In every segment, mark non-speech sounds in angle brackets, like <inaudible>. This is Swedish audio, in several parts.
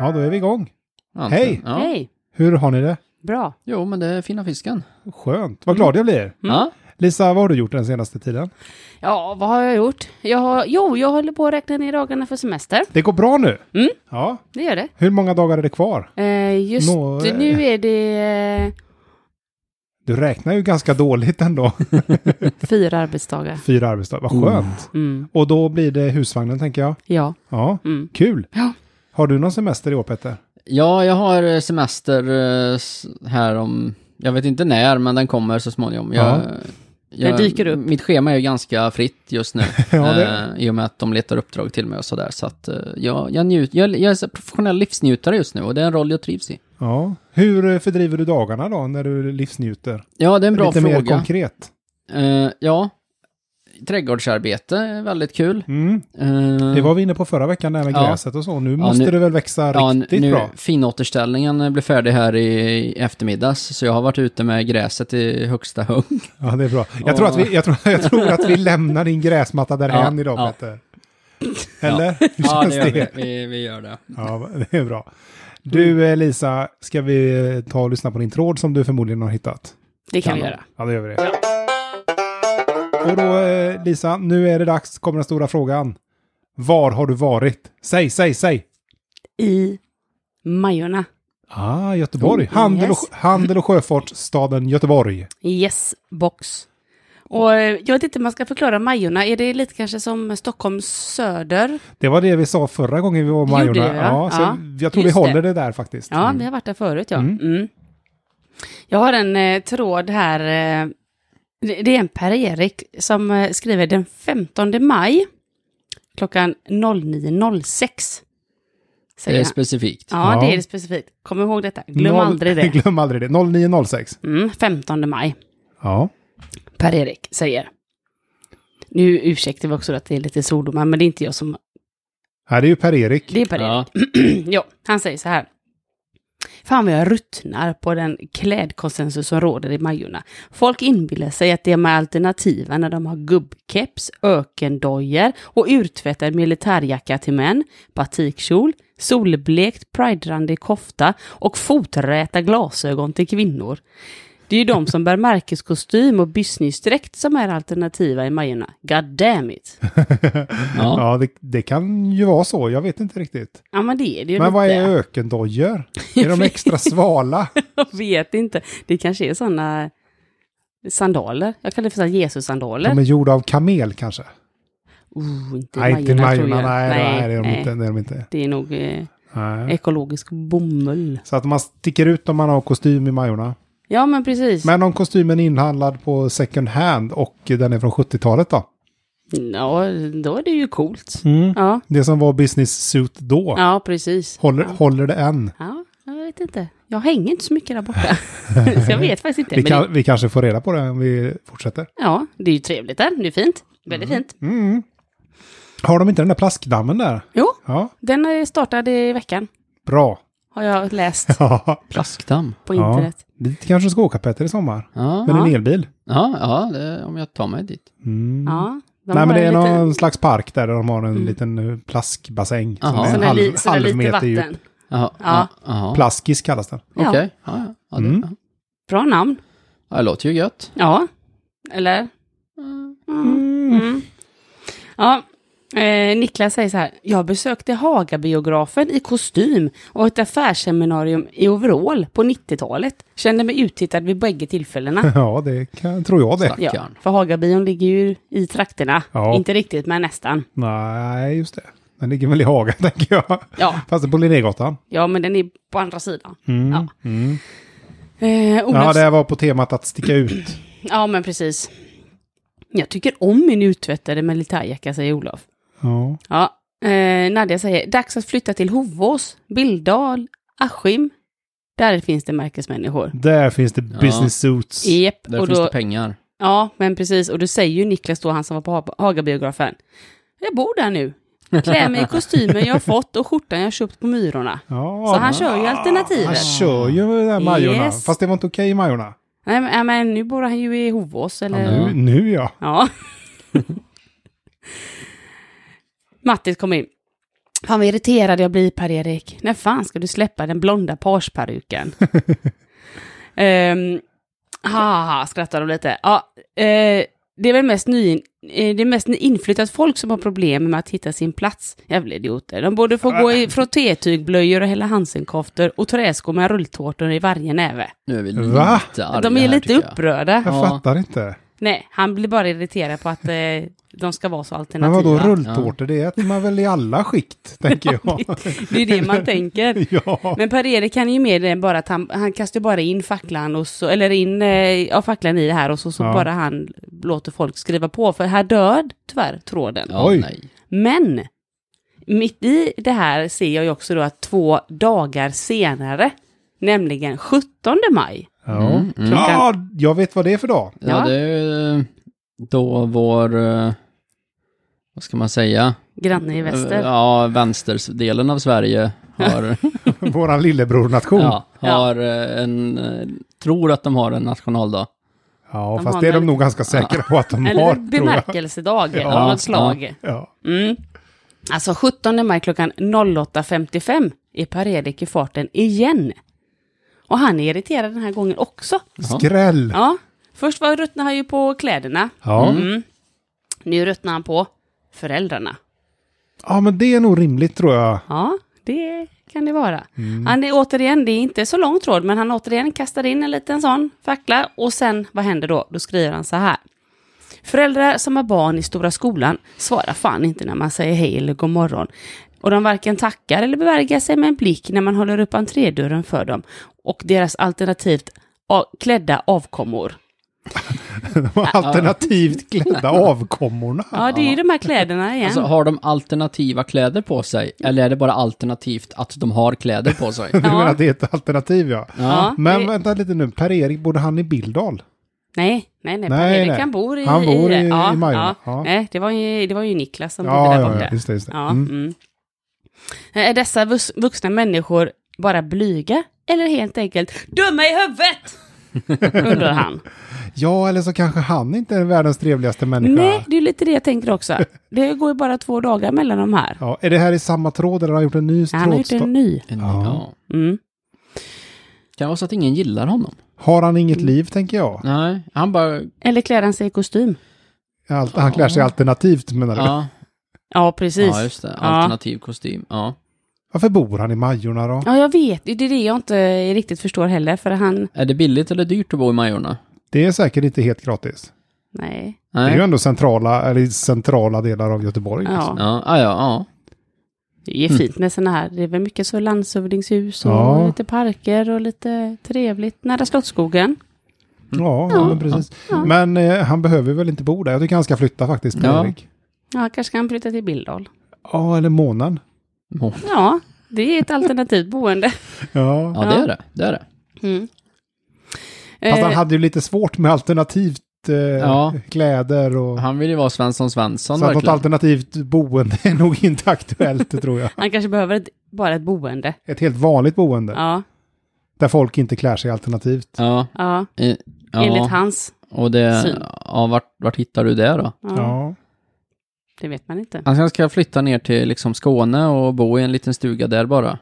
Ja, då är vi igång. Anton. Hej! Ja. Hej! Hur har ni det? Bra. Jo, men det är fina fisken. Skönt. Vad Mm. glad jag blir. Mm. Ja. Lisa, vad har du gjort den senaste tiden? Ja, vad har jag gjort? Jag har, jo, jag håller på att räkna ner dagarna för semester. Det går bra nu. Mm. Ja. Det gör det. Hur många dagar är det kvar? Eh, just Nå- nu är det eh, Du räknar ju ganska dåligt ändå. <laughs> fyra arbetsdagar. Fyra arbetsdagar. Vad skönt. Mm. Och då blir det husvagnen, tänker jag. Ja. Ja, Mm. kul. Ja. Har du någon semester i år, Peter? ja, jag har eh, semester eh, s- här om, jag vet inte när, men den kommer så småningom. Jag, Ja. jag- Den dyker upp. Mitt schema är ju ganska fritt just <laughs> nu. Ja, det- eh, I och med att de letar uppdrag till mig och sådär. Så att eh, jag, jag, njut, jag, jag är så professionell livsnjutare just nu och det är en roll jag trivs i. Ja. Hur eh, fördriver du dagarna då, när du livsnjuter? Ja, det är en bra Lite mer fråga. konkret. Eh, ja, trädgårdsarbete är väldigt kul. Mm. Eh, Det var vi inne på förra veckan, det här med Ja. gräset och så. Nu måste nu- det väl växa riktigt nu, bra? Finåterställningen blev färdig här i, i eftermiddags, så jag har varit ute med gräset i <laughs> högsta hugg. Ja, det är bra. Jag, Ja. tror, att vi, jag, tror, jag tror att vi lämnar din gräsmatta därhän Ja, idag, ja. Peter. Eller? Hur känns det? Vi, vi gör det. Ja, det är bra. Du, eh, Lisa, ska vi eh, ta och lyssna på din tråd som du förmodligen har hittat? Det kan vi Kanon. göra. Ja, det gör vi det. Och då, eh, Lisa, nu är det dags, kommer den stora frågan. Var har du varit? Säg, säg, säg! I Majorna. Ah, Göteborg. Oh, handel, yes. och, handel och sjöfartsstaden Göteborg. Yes, box. Och eh, jag vet inte hur man ska förklara Majorna. Är det lite kanske som Stockholms söder? Det var det vi sa förra gången vi var i Gjorde Majorna. vi, va? ja, så Ja, jag tror vi just det. håller det. där faktiskt. Ja, vi har varit där förut, ja. Mm. Mm. Jag har en eh, tråd här. Eh, det det är en Per-Erik som eh, skriver den 15 maj klockan 09.06. Det Säger är han. specifikt. Ja, Ja. det är det specifikt. Kom ihåg detta. Glöm Noll- aldrig det. <laughs> Glöm aldrig det. 0906. Mm, 15 maj. Ja. Per-Erik säger. Nu ursäktar vi också att det är lite svordomar, men det är inte jag som... Här är ju Per-Erik. Det är Per-Erik. Ja. <clears throat> ja, han säger så här. Fan vad jag ruttnar på den klädkonsensus som råder i Majorna. Folk inbillar sig att de är alternativa när de har gubbkeps, ökendojor och urtvättad militärjacka till män, batikkjol, solblekt priderandig kofta och foträta glasögon till kvinnor. Det är ju de som bär märkeskostym och businessdräkt som är alternativa i Majorna. God damn it! Ja. Ja, det, det kan ju vara så. Jag vet inte riktigt. Ja men det är det ju Men vad lite. är <laughs> ökendojor? Är de extra svala? Jag vet inte. Det kanske är sådana sandaler. Jag kallar det för sådana Jesus-sandaler. De är gjorda av kamel kanske? Oh, inte Nej, inte Majorna tror Majorna. jag. Nej, nej, det är de nej. inte. Det är de inte. Det är nog eh, Nej. ekologisk bomull. Så att man sticker ut om man har kostym i Majorna. Ja, men precis. Men om kostymen är inhandlad på second hand och den är från 70-talet då? Ja, då är det ju coolt. Mm. Ja, Det som var business suit då. ja precis. Håller, håller det än? Ja, jag vet inte. Jag hänger inte så mycket <laughs> där borta. så jag vet faktiskt inte. Vi, Men kan, det, vi kanske får reda på det om vi fortsätter. ja, det är ju trevligt där. Det är fint. Väldigt fint. Mm. Har de inte den där plaskdammen där? Jo, Ja, den eh, startade i veckan. bra. Har jag läst Ja, Plaskdamm. på Ja. internet. dit kanske du ska åka Petter i sommar. Ja, Med Ja. en elbil. ja, ja det, om jag tar mig dit. Mm. Ja. de Nej men har det är en liten- någon slags park där de har en Mm. liten eh, plaskbassäng. Som Jaha. är en Sån Sådär, halv, li, sådär halv lite meter vatten. djup. Jaha, Ja. jaha. Plaskis kallas den. <laughs> Okej. Ja. Ja, ja, ja, det, Mm. ja. Bra namn. ja, det låter ju gött. Ja. Eller? Mm. Ja. Eh, Niklas säger så här. Jag besökte Hagabiografen i kostym och ett affärsseminarium i overall på 90-talet. Kände mig uttittad vid bägge tillfällena. Ja, det kan, tror jag det. ja, Stackarn. för Hagabion ligger ju i trakterna. Ja. Inte riktigt, men nästan. Nej, just det. Den ligger väl i Haga, <laughs> tänker jag. Ja, Fast det är på Linnégatan. ja men den är på andra sidan. Mm. Ja. Mm. Eh, Olofs... Ja, det här var på temat att sticka ut. ja, men precis. Jag tycker om min uttvättade militärjacka, säger Olof. Ja. Ja, eh, Nadja säger, dags att flytta till Hovås, Bildal, Askim. Där finns det märkesmänniskor. Där finns det Ja. business suits. Jep, Mm. Där och finns då, det pengar. Ja, men precis. Och då säger ju Niklas då, han som var på Ha- Hagabiografen. Jag bor där nu. Klä mig i kostymen jag har fått och skjortan jag köpt på Myrorna. Ja, Så han kör ju Ah. alternativet. Han kör ju med de där Majorna. Yes. Fast det var inte okej i Majorna. Nej, men, nej, men nu bor han ju i Hovås, eller? Ja, Nu, nu <laughs> ja. Ja. Mattis kom in. Fan vad irriterad jag blir Per-Erik. När fan ska du släppa den blonda <laughs> parsperuken? um, haha, skrattar de lite. Ja, eh, det är väl mest, ny, eh, det är mest inflyttat folk som har problem med att hitta sin plats. Jävla idioter. De borde få gå i <laughs> frottétygblöjor och hela hansenkoftor och träskor med rulltårtor i varje näve. Nu är vi lite Va? arga de är här, lite tycker jag. upprörda. Ja. Jag fattar inte. Nej, han blir bara irriterad på att eh, de ska vara så Men alternativa. vadå rulltårtor? Det äter man väl i alla <laughs> skikt, tänker jag. Det är <laughs> det man tänker. ja. Men Per-Erik kan ju mer än bara att han, han kastar ju bara in facklan och så, eller in, eh, ja, facklan i det här och så, så Ja. bara han låter folk skriva på, för här död tyvärr tråden. Ja, Oj. nej. Men, mitt i det här ser jag ju också då att två dagar senare, nämligen 17 maj, Ja. Mm, mm. ja, jag vet vad det är för <laughs> dag. Ja, Ja. det är ju, eh, då vår, eh, vad ska man säga? granne i väster. Ja, vänsterdelen av Sverige <laughs> har, <laughs> Våran lillebror-nation. Ja, ja, har eh, en, eh, tror att de har en nationaldag. De fast har det är väl- de nog ganska säkra på att de Eller har, tror jag. bemärkelsedag Ja, av ja. något slag. Ja. Mm. Alltså 17 maj klockan 08.55 är Per-Erik i farten igen. Och han är irriterad den här gången också. Skräll. Ja, först var ruttnade han ju på kläderna. Ja. Mm. Nu ruttnar han på föräldrarna. ja, men det är nog rimligt tror <laughs> jag. <laughs> Ja, det kan det vara. Han är återigen, det är inte så lång tråd, men han återigen kastar in en liten sån fackla och sen, vad händer då? Då skriver han så här. Föräldrar som har barn i stora skolan svarar fan inte när man säger hej eller god morgon. Och de varken tackar eller bevärgar sig med en blick när man håller upp entrédörren för dem och deras alternativt a- klädda avkommor. De alternativt klädda avkommorna. Ja, det är ju de här kläderna igen. Alltså, har de alternativa kläder på sig? Eller är det bara alternativt att de har kläder på <laughs> sig? <laughs> Du menar Ja. att det är ett alternativ ja. Ja, Men det- vänta lite nu, Per-Erik, bodde han i Bildal? Nej, nej, nej. Nej, Per-Erik nej. han bor i... Han bor i- ja, i Majorna. Ja. Ja. Nej, det var, ju, det var ju Niklas som bodde Ja, där ja, borta. ja, just det. Just det. Ja, Mm. mm. Är dessa vux- vuxna människor bara blyga eller helt enkelt dumma i huvudet? <laughs> Undrar han. ja, eller så kanske han inte är världens trevligaste människa. Nej, det är lite det jag tänker också. Det går ju bara två dagar mellan de här. Ja, är det här i samma tråd eller har han gjort en ny Han har gjort trådsta- en ny. En- Ja. ja. Mm. Kan det vara så att ingen gillar honom? Har han inget liv, tänker jag? Nej, han bara, Eller klär han sig i kostym? Allt, han klär sig Ja. alternativt, menar du? Mm. ja, Ja, precis. ja Ja, just det, alternativ kostym, ja. Varför bor han i Majorna då? jag vet. Det är det jag inte riktigt förstår heller, för han... Är det billigt eller dyrt att bo i Majorna? Det är säkert inte helt gratis. Nej. Det Nej. är ju ändå centrala, eller centrala delar av Göteborg. liksom. Ja. Ja, ah, ja, ja. Det är fint med sådana här, det är väl mycket så landshövdingshus och Mm. Ja. lite parker och lite trevligt nära Slottsskogen. Ja, Ja. men precis. Men eh, han behöver väl inte bo där? Jag tycker han ska flytta faktiskt, Ja. Per-Erik. Ja, kanske kan flytta till Billdal. Ja, eller månen. Ja, Ja, det är ett alternativt boende. Ja. ja det är det, det är det. Mm. Fast han Eh, hade ju lite svårt med alternativt eh, Ja. kläder och... Han vill ju vara Svensson Svensson Så att något verkligen. alternativt boende <laughs> är nog inte aktuellt, tror jag. han kanske behöver ett, bara ett boende. Ett helt vanligt boende, Ja, där folk inte klär sig alternativt. Ja, ja, eh, ja. enligt hans. Och det, syn. ja, vart, vart hittar du det då? Ja, Ja. Det vet man inte. Han ska flytta ner till liksom Skåne och bo i en liten stuga där bara.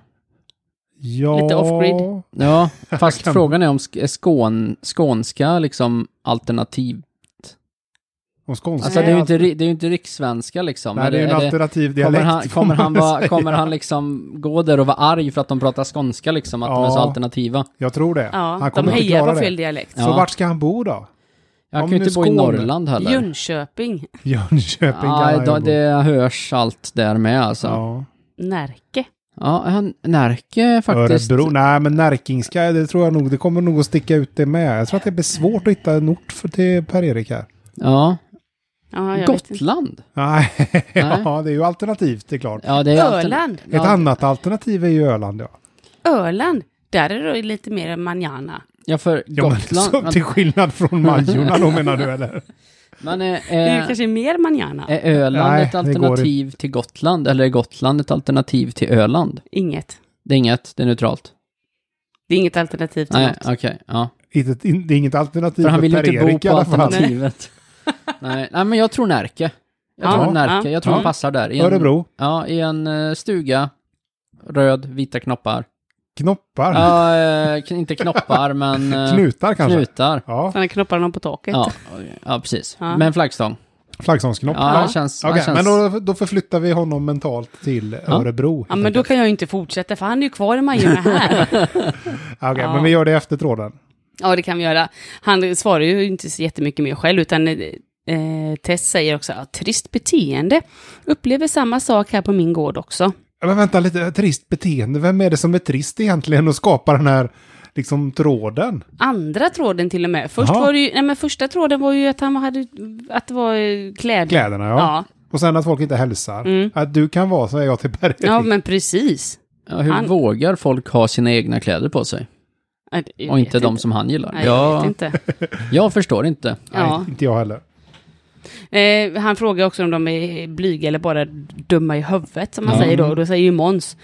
ja. Lite off-grid. Ja, <laughs> fast Kan- frågan är om sk- är skån, skånska liksom alternativ. Och skånska. Alltså det är ju inte, ri- det är ju inte rikssvenska liksom. Nej, Är det är ju en är alternativ Kommer dialekt. han, får kommer, man han väl vara, säga. kommer han liksom gå där och vara arg för att de pratar skånska liksom, att de är så Ja. alternativa? Jag tror det. Ja, han de kommer inte hejar klara på det. fel dialekt. Så Ja. vart ska han bo då? <laughs> Jag Om kan ju nu inte bo i Skåne- Norrland heller. Jönköping, Jönköping kan han Nej, ju då, bo. det hörs allt där med alltså. Ja, Ja. Närke. han, Närke faktiskt. Örebro, nej men Närkingska, det tror jag nog, det kommer nog att sticka ut det med. Jag tror att det blir svårt att hitta en ort för, till Per-Erik här. Ja, Ja, jag vet inte. Gotland. Nej, <laughs> ja det är ju alternativt, det är klart. Ja, det är alltid- Öland. Ett annat alternativ är ju Öland, ja. Öland, där är det lite mer manjana. Ja, för ja men, Gotland. så, typ- Men, till skillnad från Majorna då menar du <laughs> eller? men är, Det är är, kanske mer manjana. är Öland Nej, ett det går inte. alternativ till Gotland? Eller är Gotland ett alternativ till Öland? Inget. Det är inget, det är neutralt. Det är inget alternativ till Nej, något. okej. ja. Inte- in- Det är inget alternativ För han vill ju inte bo Per-Erik i <laughs> på alla fall. alternativet. Nej. Nej, men jag tror Närke. Jag Ja, tror, ja, ja. Närke, jag tror Ja. han passar där. I en, Örebro. Ja, i en eh, stuga. Röd, vita knoppar. Knoppar. Ja, eh, k- <laughs> inte knoppar, men... eh, Knutar kanske. Knutar. Ja, Sen knoppar någon på taket. Ja, ja, precis. Ja. Med en flaggstång. flaggstångsknopp. Ja, han känns... Okej, han känns men då, då förflyttar vi honom mentalt till Örebro. Ja, men då kan jag ju inte fortsätta för han är ju kvar i Majorna <laughs> här. Okej, Ja. men vi gör det efter tråden. ja, det kan vi göra. Han svarar ju inte så jättemycket mer själv, utan eh, eh, Tess säger också att trist beteende. Upplever samma sak här på min gård också. Ja, Men vänta lite, trist beteende. Vem är det som är trist egentligen och skapar den här liksom tråden? Andra tråden till och med. Först Jaha. var det ju, nej, men första tråden var ju att han hade, att det var eh, kläder. Kläderna ja. Ja. Mm. Och sen att folk inte hälsar. Att du kan vara, säger jag till Berg. ja, men precis. Ja, hur Han- vågar folk ha sina egna kläder på sig? Ja, det- jag Och inte vet de som han gillar? Nej, jag vet jag, inte. jag förstår inte. Ja. Nej, inte jag heller. Eh, han frågar också om de är blyga eller bara dumma i huvudet, som han Ja. säger då. Och då säger ju Måns.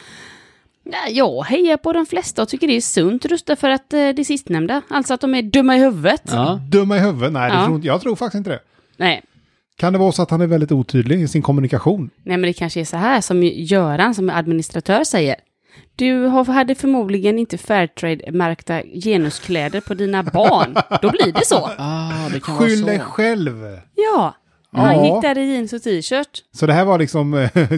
"Nej, Jag hejar på de flesta och tycker det är sunt rösta för att eh, det sistnämnda. Alltså att de är dumma i huvudet. Ja. Dumma i huvudet? Nej, det Ja. tror inte, jag tror faktiskt inte det. Nej. Kan det vara så att han är väldigt otydlig i sin kommunikation? Nej, men det kanske är så här som Göran som är administratör säger. Du har- hade förmodligen inte Fairtrade-märkta genuskläder på dina barn. Då blir <laughs> det så. Ah, det kan Skyll dig vara så. själv! Ja. Han Ja. gick där i jeans och t-shirt. Så det här var liksom eh, <laughs>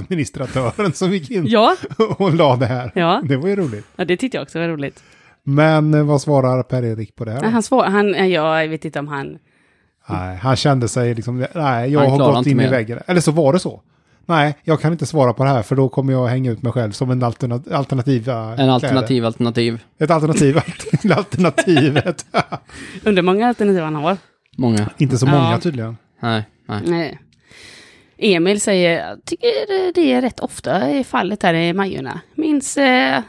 gruppadministratören som gick in Ja. och la det här. Ja. Det var ju roligt. ja, det tyckte jag också var roligt. Men eh, vad svarar Per-Erik på det här? då? Nej, han svår, han, eh, jag vet inte om han... Nej, han kände sig liksom, nej, jag Han har klarar gått inte in i mer. väggen. Eller så var det så. Nej, jag kan inte svara på det här för då kommer jag hänga ut mig själv som en alternativ... alternativa En kläder. alternativ alternativ. Ett alternativ <laughs> till alternativet. Undrar hur många alternativ han har. Många. inte så många Ja. tydligen. Nej, <laughs> nej. Nej. Emil säger, jag tycker det är rätt ofta i fallet här i Majorna. Minns eh,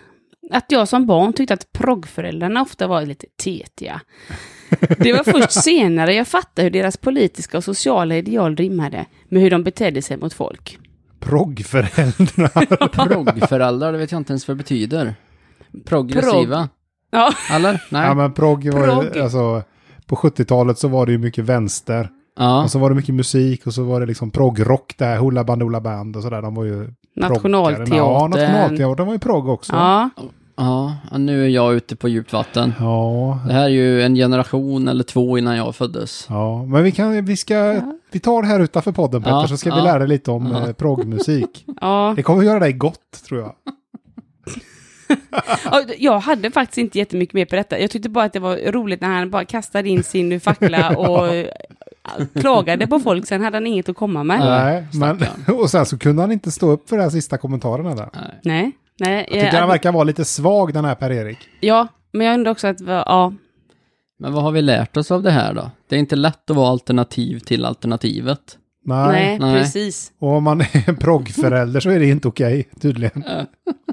att jag som barn tyckte att proggföräldrarna ofta var lite tetiga. Det var <laughs> först senare jag fattade hur deras politiska och sociala ideal rimmade med hur de betedde sig mot folk. Proggföräldrar. Proggföräldrar, det vet jag inte ens vad det betyder. Progressiva. Ja, Eller? Nej. ja, men progg var Progg. ju, alltså, på 70-talet så var det ju mycket vänster. Ja. Och så var det mycket musik och så var det liksom proggrock där, Hoola Bandoola Band och sådär. De var ju nationalteatern. Ja, Nationalteatern var ju progg också. Ja, ja, nu är jag ute på djupt vatten. Ja, Det här är ju en generation eller två innan jag föddes. Ja, men vi, kan, vi, ska, vi tar det här utanför podden Petter, Ja, så ska vi ja. lära dig lite om ja. proggmusik. ja. Det kommer göra dig gott, tror jag. Ja, Jag hade faktiskt inte jättemycket mer på detta. Jag tyckte bara att det var roligt när han bara kastade in sin fackla och eh, klagade på folk. Sen hade han inget att komma med. Ja. Nej, men, <laughs> och sen så kunde han inte stå upp för de här sista kommentarerna där. Nej. Nej. Nej. Jag tycker eh, han verkar vara lite svag, den här Per-Erik. Ja, men jag undrar också att, va- ja. Men vad har vi lärt oss av det här då? Det är inte lätt att vara alternativ till alternativet. Nej. Nej, Nej. precis. Och om man <laughs> är en proggförälder så är det inte okej, tydligen.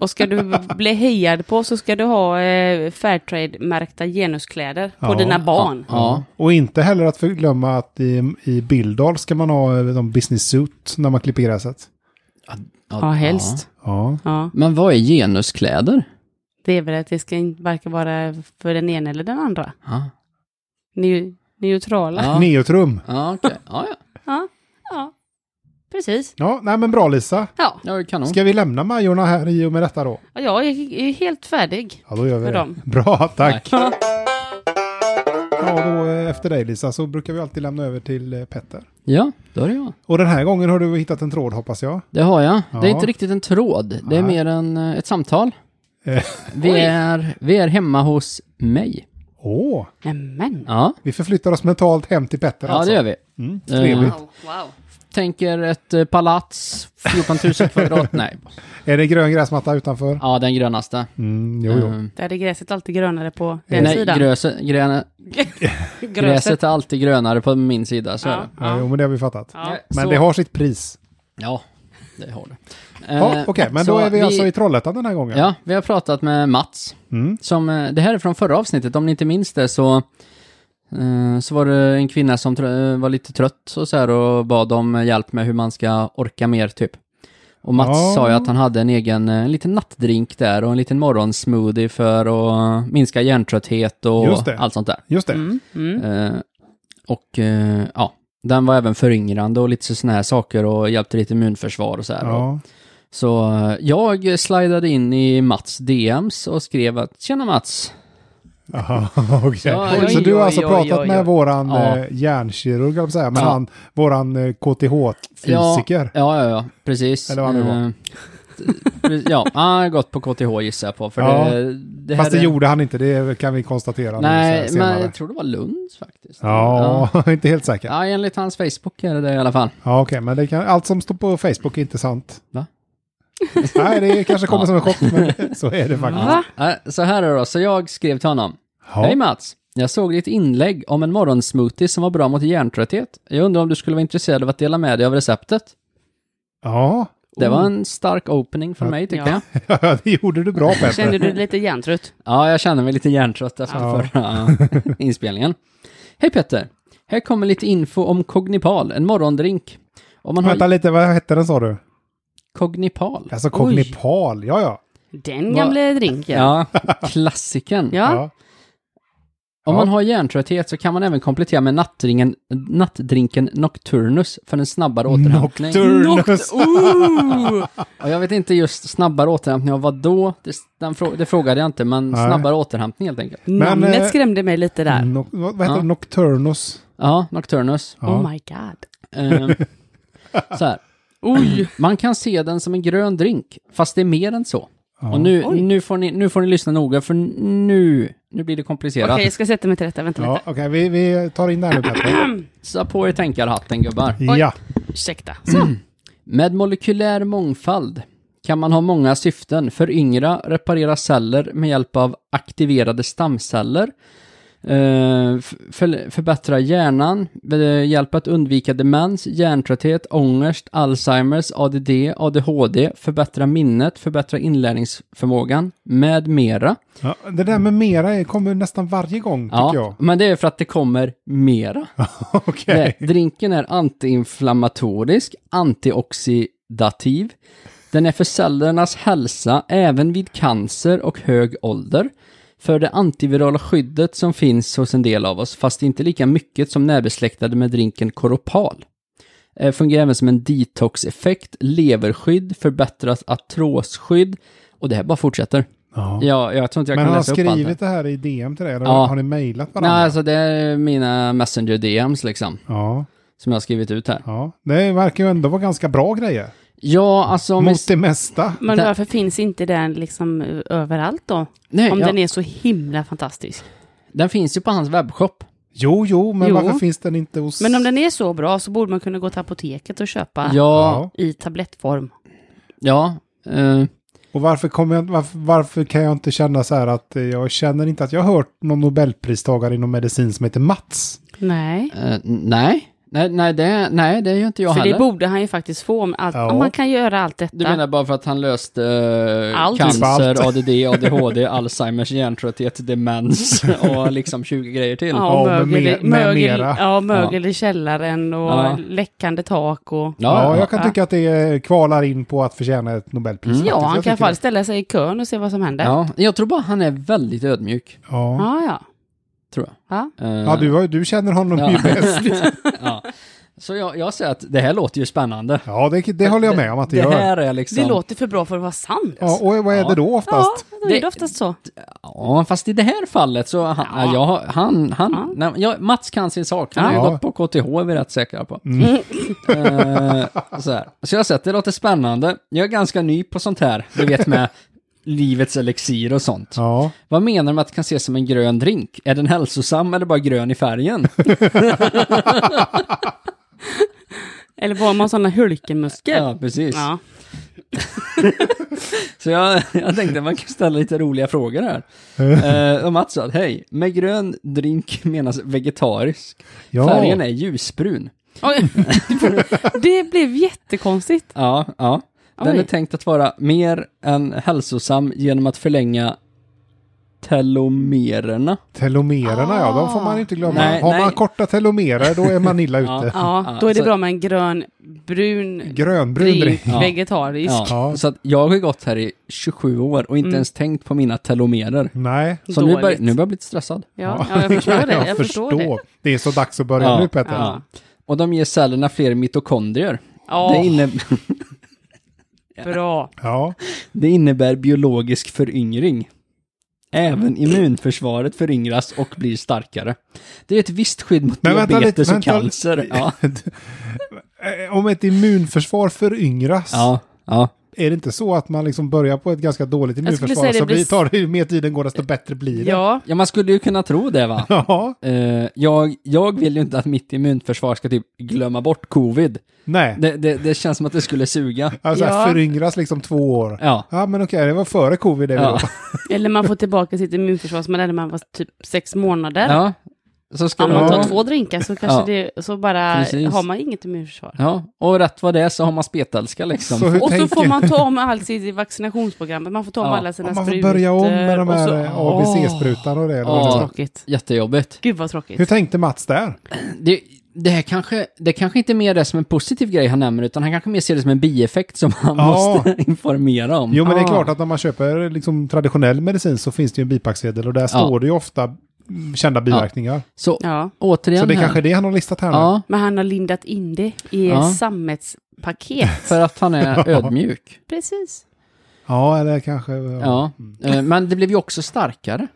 Och ska du bli hejad på så ska du ha eh, Fairtrade-märkta genuskläder på Ja. dina barn. Ja. Och inte heller att förglömma att i, i Bildal ska man ha eh, de business suit när man klipper gräset. Ja, Ja, helst. Ja. Ja. Men vad är genuskläder? Det är väl att det ska inte varken vara för den ena eller den andra. Ja, Neu- neutrala. Ja. Neotrum. ja okej. Ja, ja. Ja. ja, precis. Ja, nej men bra Lisa. Ja, Ja, det är kanon. Ska vi lämna Majorna här i och med detta då? Ja, jag är är helt färdig. Ja, då gör vi Med det. dem. Bra, tack. Nej. Ja, då eh, efter dig Lisa så brukar vi alltid lämna över till eh, Petter. Ja, då är det jag. Och den här gången har du hittat en tråd hoppas jag. Det har jag. Ja. Det är inte riktigt en tråd. Det är Nej. mer en, eh, ett samtal. Eh. Vi är, vi är hemma hos mig. Åh, Nämen. Ja, vi förflyttar oss mentalt hem till Petter ja alltså. det gör vi. Eh, Mm, trevligt. Wow, wow. Tänker ett eh, palats, 14 000 kvadrat. Nej, Är det grön gräsmatta utanför? ja den grönaste. Mm, jo, jo. Ehm, Där är gräset alltid grönare på den Nej, sidan. gröse, gröna, gräset är alltid grönare på min sida, så är Ja, det. Ja. ja. Jo, men det har vi fattat. Ja. Men så, det har sitt pris. Ja, det har det. Ja, Ehm, Okej, men då så är vi, alltså i Trollhättan den här gången. Ja, vi har pratat med Mats. Mm. Som, eh, det här är från förra avsnittet, om ni inte minns det så, eh, så var det en kvinna som trö- eh, var lite trött och så här och bad om eh, hjälp med hur man ska orka mer typ. Och Mats Ja. sa ju att han hade en egen eh, en liten nattdrink där och en liten morgonsmoothie för att minska hjärntrötthet och Just det. Mm. allt sånt där. Just det. Mm, mm. Eh, och eh, ja, Den var även föryngrande och lite sådana här saker och hjälpte lite immunförsvar och så här. Ja. Så eh, jag slidade in i Mats DMs och skrev att Tjena Mats! Aha, <laughs> okej. Ja, oj, så du har oj, alltså oj, pratat oj, med oj. våran Ja. eh, hjärnkirurg, höll jag på att säga, men Ja. han, våran eh, KTH-fysiker. Ja, ja, ja, precis. Eller vad det var. Eh, pre- ja, han har gått på KTH gissar jag på. För Ja. det, det här Fast det är- gjorde han inte, det kan vi konstatera nu Nej, sen- men senare. jag tror det var Lund faktiskt. Ja, <laughs> inte helt säker. Ja, Ja, enligt hans Facebook är det det i alla fall. okej, men det kan, allt som står på Facebook är inte sant. Va? <laughs> Nej, det kanske kommer Ja. som en chock, <laughs> men så är det faktiskt. Va? Nej, Eh, Så här är det då, så jag skrev till honom. Hej Ja. Mats! Jag såg ditt inlägg om en morgonsmoothie som var bra mot hjärntrötthet. Jag undrar om du skulle vara intresserad av att dela med dig av receptet? Ja. <laughs> Det var en stark opening för Oh. Ja. mig tyckte Ja. jag. ja, det gjorde du bra Petter. Kände du dig lite hjärntrött? Ja, jag känner mig lite hjärntrött efter Ja. förra <laughs> inspelningen. Hej Petter! Här kommer lite info om Cognipal, en morgondrink. Om man Vänta har lite, vad hette den sa du? Cognipal. Alltså Cognipal, ja ja. Den Va- gamla drinken. Ja, klassiken. Ja. Om Ja. man har hjärntrötthet så kan man även komplettera med nattdrinken, nattdrinken Nocturnus för en snabbare <laughs> återhämtning. Turnus. Ooh. Och jag vet inte just snabbare återhämtning av vad då? Det, den frå- det frågade jag inte, men Nej. snabbare återhämtning helt enkelt. eh, Namnet skrämde mig lite där. No, vad vad heter Ja. det? Nocturnus? mm, Ja, Nocturnus. Ja. Oh my god. Ehm, så här. Oj. Man kan se den som en grön drink, fast det är mer än så. Ja. Och nu, Oj. nu, får ni, nu får ni lyssna noga, för nu, nu blir det komplicerat. Okej, jag ska sätta mig till rätta. Vänta Ja, lite. okej, vi, vi tar in det här nu <clears throat> Petter. Så på er tänkarhatten, gubbar. ja. Ursäkta. Så. Mm. Med molekylär mångfald kan man ha många syften. Föryngra, reparera celler med hjälp av aktiverade stamceller. eh, f- för, förbättra hjärnan med hjälp att undvika demens, hjärntrötthet, ångest, Alzheimers, ADD, ADHD, förbättra minnet, förbättra inlärningsförmågan med mera. ja. Det där med mera är- kommer nästan varje gång tycker Ja, men det är för att det kommer mera. jag. <laughs> Okej. Nej, drinken är antiinflammatorisk, antioxidativ. Den är för cellernas hälsa även vid cancer och hög ålder. För det antivirala skyddet som finns hos en del av oss, fast inte lika mycket som närbesläktade med drinken Koropal. Eh, Fungerar även som en detox-effekt, leverskydd, förbättrat artrosskydd och det här bara fortsätter. Ja. Ja, jag tror inte jag Men kan har han läsa upp allt. här. skrivit det här i DM till dig? Eller Ja. har ni mejlat Nej, varandra? alltså det är mina Messenger-DMs liksom, Ja, som jag har skrivit ut här. ja. Det verkar ju ändå vara ganska bra grejer. Ja, alltså om vi... Mot det mesta. Men Där- varför finns inte den liksom eh, överallt då? Nej, Om ja, den är så himla fantastisk. den finns ju på hans webbshop. Jo, jo, men Jo. varför finns den inte hos... Men om den är så bra så borde man kunna gå till apoteket och köpa Ja, Ja. i tablettform. ja. eh, Och varför, kommer jag, varför, varför kan jag inte känna så här att eh, jag känner inte att jag har hört någon nobelpristagare inom medicin som heter Mats? Nej. eh, nej. Nej, nej, det, nej, det är ju inte jag För heller. det borde han ju faktiskt få om, allt, Ja. om man kan göra allt detta. du menar bara för att han löste eh, Allt. cancer, Typ Allt. ADD, <laughs> ADHD, Alzheimers, hjärntrötthet, demens och liksom 20 grejer till. Ja, Ja, Ja, med mögel, mer- i- med mögel, mera. ja, mögel i källaren och Ja. läckande tak och... Ja, ja, jag kan tycka att det eh, kvalar in på att förtjäna ett nobelpris. Mm. faktiskt. Ja, Jag han kan i alla tycker fall ställa sig i kön och se vad som händer. Ja, ja. Jag tror bara han är väldigt ödmjuk, det. Ja. ja. ja. tror jag. Ja. Eh, Ja, du, har ju- du känner honom Ja. ju bäst. ja. Så jag, jag säger att det här låter ju spännande. Ja, det, det håller jag med om att det, Det gör. här är liksom... Det låter för bra för att vara sant. Ja, och vad är Ja. det då oftast? Ja, då är det Det- oftast så. Ja, fast i det här fallet så, han, ja. Ja. jag, har- han, han, nej, jag, Mats kan sin sak. Han har Ja. Mm. ju gått på KTH, är vi rätt säkra på. Eh, så, här. så jag har sett, det låter spännande. Jag är ganska ny på sånt här, du <laughs> vet med livets elixir och sånt. Ja. Vad menar de med att det kan ses som en grön drink? Är den hälsosam eller bara grön i färgen? Eller var man sådana hulkemuskler? ja, precis. <laughs> Ja. Så jag, jag tänkte man kan ställa lite roliga frågor <laughs> här. Eh, och Mats sa, hej, med grön drink menas vegetarisk. Ja. Färgen är ljusbrun. Oj, <laughs> det blev jättekonstigt. Ja, ja. Den Oj. är tänkt att vara mer än hälsosam genom att förlänga telomererna. Telomererna, ja, de får man Ah. inte glömma. Nej, har nej. man korta telomerer, då är man illa Ja. ute. Ja, Ja, då är det så- bra med en grön, brun, Grönbrun drink, drink. Ja. vegetarisk. Ja. Ja. Så att jag har ju gått här i 27 år och inte ens tänkt på mina telomerer. Nej. Så nu börjar, Mm. <laughs> Dåligt. nu börjar jag bli lite stressad. Ja, ja, jag förstår det. Jag, förstår, det. är så dags att börja Ja. nu Petter. Ja. Och de ger cellerna fler mitokondrier. Ja, Det, inne- <laughs> bra. Ja. det innebär biologisk föryngring. Även Mm. immunförsvaret föryngras och blir starkare. Det är ett visst skydd mot Men vänta diabetes lite, och vänta lite. cancer. <laughs> Ja, Eh, Om ett immunförsvar föryngras, ja, ja. är det inte så att man liksom börjar på ett ganska dåligt skulle immunförsvar? säga det så blir- blir... tar det ju mer tiden går, desto bättre blir det. Ja, ja, man skulle ju kunna tro det va? Ja, Eh, jag, jag vill ju inte att mitt immunförsvar ska typ glömma bort covid. nej. Det, det, det känns som att det skulle suga. Alltså Ja. föryngras liksom två år. Ja. Ja, men okej, det var före covid. Det vi Ja. då. <laughs> eller man får tillbaka sitt immunförsvar som man hade när man var typ sex månader. ja. Så ska Om man det tar vara. två drinkar så kanske det, så bara Precis. har man inget immunförsvar. Ja, och rätt vad det är så har man spetälska liksom. Så hur Och så tänker får man ta om allt sitt i vaccinationsprogrammet. Man får ta om Ja. alla sina Om man får sprutor börja om med de och så- här eh, Åh, ABC-sprutan och det. eller Ja. vad det var. Tråkigt. Jättejobbigt. Gud vad tråkigt. Hur tänkte Mats där? Det, det här kanske, det kanske inte är mer det som en positiv grej han nämner, utan han kanske mer ser det som en bieffekt som han Ja. måste <laughs> informera om. Jo, men det är Ah. klart att när man köper liksom, traditionell medicin så finns det ju en bipacksedel och där står det ju ofta mm, kända biverkningar. Så Ja. återigen Så det är här. kanske är det han har listat här nu. Ja, Men han har lindat in det i Ja. <laughs> sammetspaket. för att han är ödmjuk. Precis. Ja, eller kanske... Ja, ja. Ja. Eh, Men det blev ju också starkare.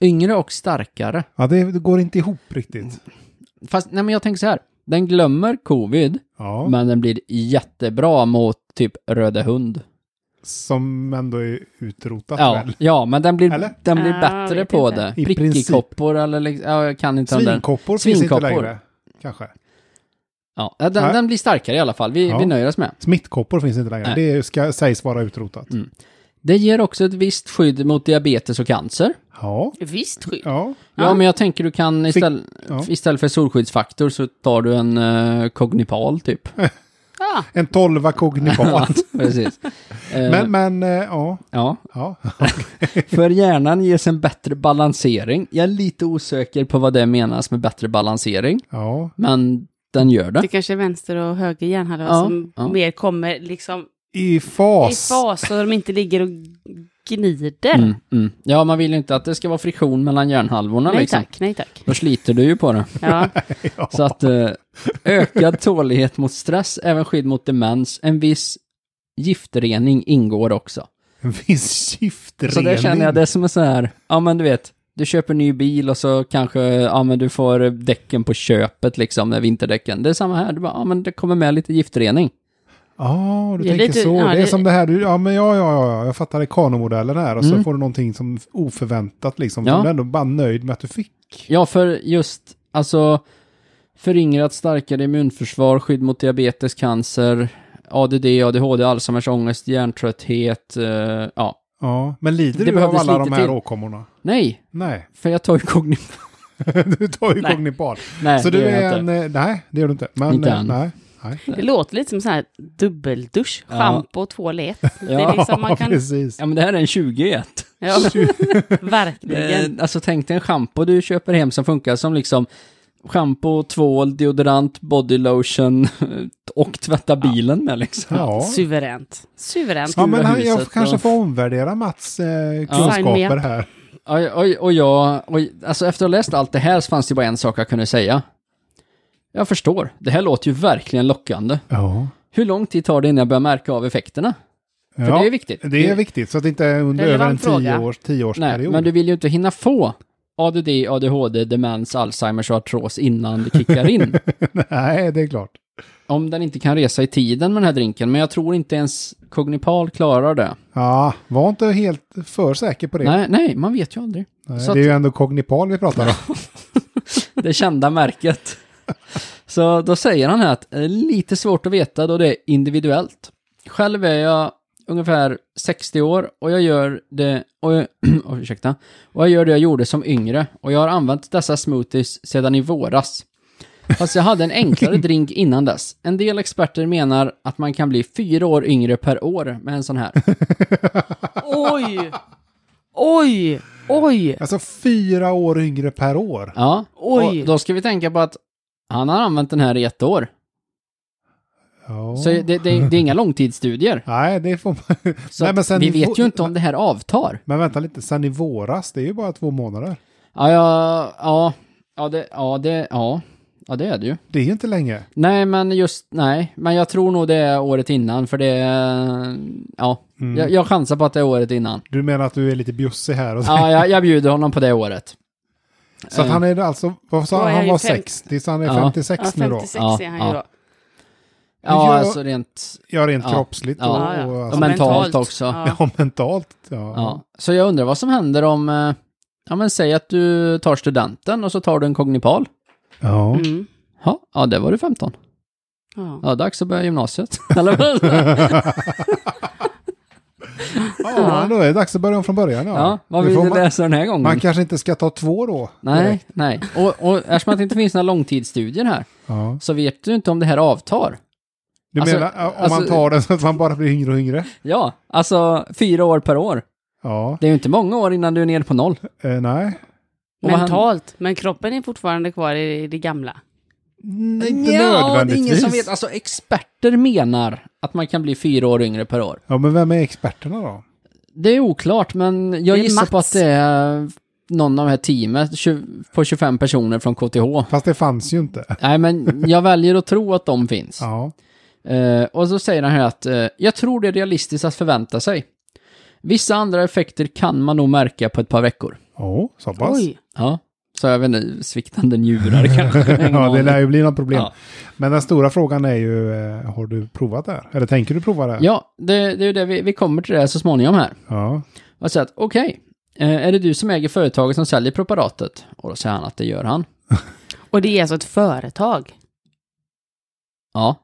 Yngre och starkare. det går inte ihop riktigt. Fast, nej men jag tänker så här. Den glömmer covid, Ja, men den blir jättebra mot typ röda hund. som ändå är utrotat Ja, väl. ja men den blir, Eller? den blir Ah, bättre vet på inte. det. I Prickikoppor eller liksom, ja, jag kan inte om den. Svinkoppor finns inte Svinkoppor. längre. Kanske. Ja, den, Nej. den blir starkare i alla fall, vi, Ja. vi nöjer oss med. Smittkoppor finns inte längre. Nej. Mm. Det ska, sägs vara utrotat. Det ger också ett visst skydd mot diabetes och cancer. Ja. Visst skydd. Ja. Ja, Ja. men jag tänker du kan istället, ja. istället för solskyddsfaktor så tar du en eh, kognipal typ. Ja. En tolva <laughs> kognifat. Precis. Eh, men, men, eh, ja. ja. ja. För hjärnan ges en bättre balansering. Jag är lite osäker på vad det menas med bättre balansering, ja. men den gör det. Det kanske är vänster och höger hjärnhalva Ja, som ja. mer kommer liksom I i fas. fas så de inte ligger och gnider. Mm, mm. Ja, man vill ju inte att det ska vara friktion mellan hjärnhalvorna nej liksom. tack, nej tack. Då sliter du ju på det. Ja. Ja. Så att eh, ökad tålighet mot stress, även skydd mot demens, en viss giftrening ingår också. En viss giftrening. Så det känner jag det är som en sån här, ja men du vet, du köper ny bil och så kanske, ja men du får eh, däcken på köpet liksom, när vinterdäcken. Det är samma här, du bara, ja men det kommer med lite giftrening. Ja, du Det är tänker lite- så. ja, det är det- som det här du, ja men ja, ja, ja, ja, jag fattar kanomodellen här och så får du någonting som oförväntat liksom. Mm. Ja. Som du ändå bara nöjd med att du fick. Ja, för just, alltså, föryngrat starkare immunförsvar, skydd mot diabetes, cancer, ADD, ADHD, Alzheimers, ångest, hjärntrötthet, eh, ja. Ja, men lider Det du av behövdes alla de lite här till. åkommorna? Nej, Nej, <laughs> för jag tar ju kognitiv... <laughs> du tar ju Nej. kognipal. Nej, Så det du gör jag är inte. en, eh, nej det gör du inte. Men, Inte eh, än. Nej, nej. Det låter lite som så här dubbeldusch, Ja. schampo och toalett. Det Ja, <laughs> är liksom man kan... precis. Ja men det här är en 21. Ja, <laughs> Eh, verkligen. alltså tänk dig en schampo du köper hem som funkar som liksom schampo, tvål, deodorant, bodylotion <laughs> och tvätta bilen med liksom. Ja. Suveränt. Suveränt. Ja, men han, jag huset kanske och- får omvärdera Mats eh, Sign kunskaper me up. här. Oj, oj, och jag, oj, alltså efter att ha läst allt det här så fanns det bara en sak jag kunde säga. Jag förstår, det här låter ju verkligen lockande. Ja. Hur lång tid tar det innan jag börjar märka av effekterna? För det är viktigt. Det är viktigt, så att det inte är under över en Relevant fråga. tio års, Nej, tioårsperiod. men du vill ju inte hinna få ADD, ADHD, demens, Alzheimers och artros innan det kickar in. <laughs> nej, det är klart. Om den inte kan resa i tiden med den här drinken, men jag tror inte ens Cognipal klarar det. Ja, var inte helt för säker på det. Nej, nej, man vet ju aldrig. Nej, så det är ju ändå kognipal vi pratar om. <laughs> Det kända märket. Så då säger han här att det är lite svårt att veta då det är individuellt. Själv är jag ungefär 60 år och jag gör det, och jag, <clears throat> oh, ursäkta, och jag gör det jag gjorde som yngre och jag har använt dessa smoothies sedan i våras. Fast jag hade en enklare drink innan dess. En del experter menar att man kan bli fyra år yngre per år med en sån här. Oj! Oj! Oj! Alltså fyra år yngre per år. Ja, Oj. och då ska vi tänka på att han har använt den här i ett år. Ja. Så det, det, det är inga långtidsstudier. Nej, det får man... <laughs> Så Nej, men att sen- vi vet ju inte om det här avtar. Men vänta lite, sen i våras, det är ju bara två månader. Ja, ja, ja, ja, det, ja, det, ja. Ja, det är det ju. Det är ju inte länge. Nej, men just, nej. Men jag tror nog det är året innan, för det är... Ja, jag, jag chansar på att det är <laughs> året innan. Mm. Du menar att du är lite bjussig här? Och Ja, jag, jag bjuder honom på det året. så Eh. att han är alltså, vad sa Då han? är Han jag var ju fem- 60, så han är Ja. 56 Ja, nu då. 56 Ja, är han ja. ju då. Ja, jag- alltså rent... Ja, rent Ja. kroppsligt Ja. och, Ja, ja. och, Och alltså, men- mentalt, mentalt. också. Ja. Ja. <laughs> ja, mentalt. Ja. Så jag undrar vad som händer om... eh, Ja, men säg att du tar studenten och så tar du en kognipal. Ja. Mm. Ja, ja det var du 15. Ja. Ja, dags att börja gymnasiet. <laughs> Eller vad? <laughs> ja, då är det dags att börja om från början. Ja. Ja, vad Nu vill får du man, läsa den här gången? man kanske inte ska ta två då. nej, direkt. nej. Och, och eftersom att det inte finns några långtidsstudier här, Ja. så vet du inte om det här avtar. Du Alltså, menar ä, om alltså- man tar den så att man bara blir yngre och yngre? Ja, alltså fyra år per år. Ja, Det är ju inte många år innan du är nere på noll. Och eh, nej. vad händer- Mentalt, men kroppen är fortfarande kvar i det gamla. Nej, inte Nja, det är nödvändigtvis. ingen som vet. Alltså experter menar att man kan bli fyra år yngre per år. Ja, men vem är experterna då? Det är oklart, men jag Det är gissar på Mats. att det är någon av det här teamet tju- på 25 personer från KTH. Fast det fanns ju inte. Nej, men jag väljer att tro att de finns. Ja, Eh, och så säger han här att eh, jag tror det är realistiskt att förvänta sig. Vissa andra effekter kan man nog märka på ett par veckor. oh, så pass. <laughs> Oj, Ja, så jag vet inte, sviktande njurar <laughs> kanske. Ingen Ja, det aning. lär ju bli något problem. Ja. Men den stora frågan är ju, eh, har du provat det här? Eller tänker du prova det? här? Ja, det, det är ju det vi, vi kommer till det här så småningom här. Ja. Jag säger att okej, eh, är det du som äger företaget som säljer preparatet? Och då säger han att det gör han. och det är alltså ett företag. Ja,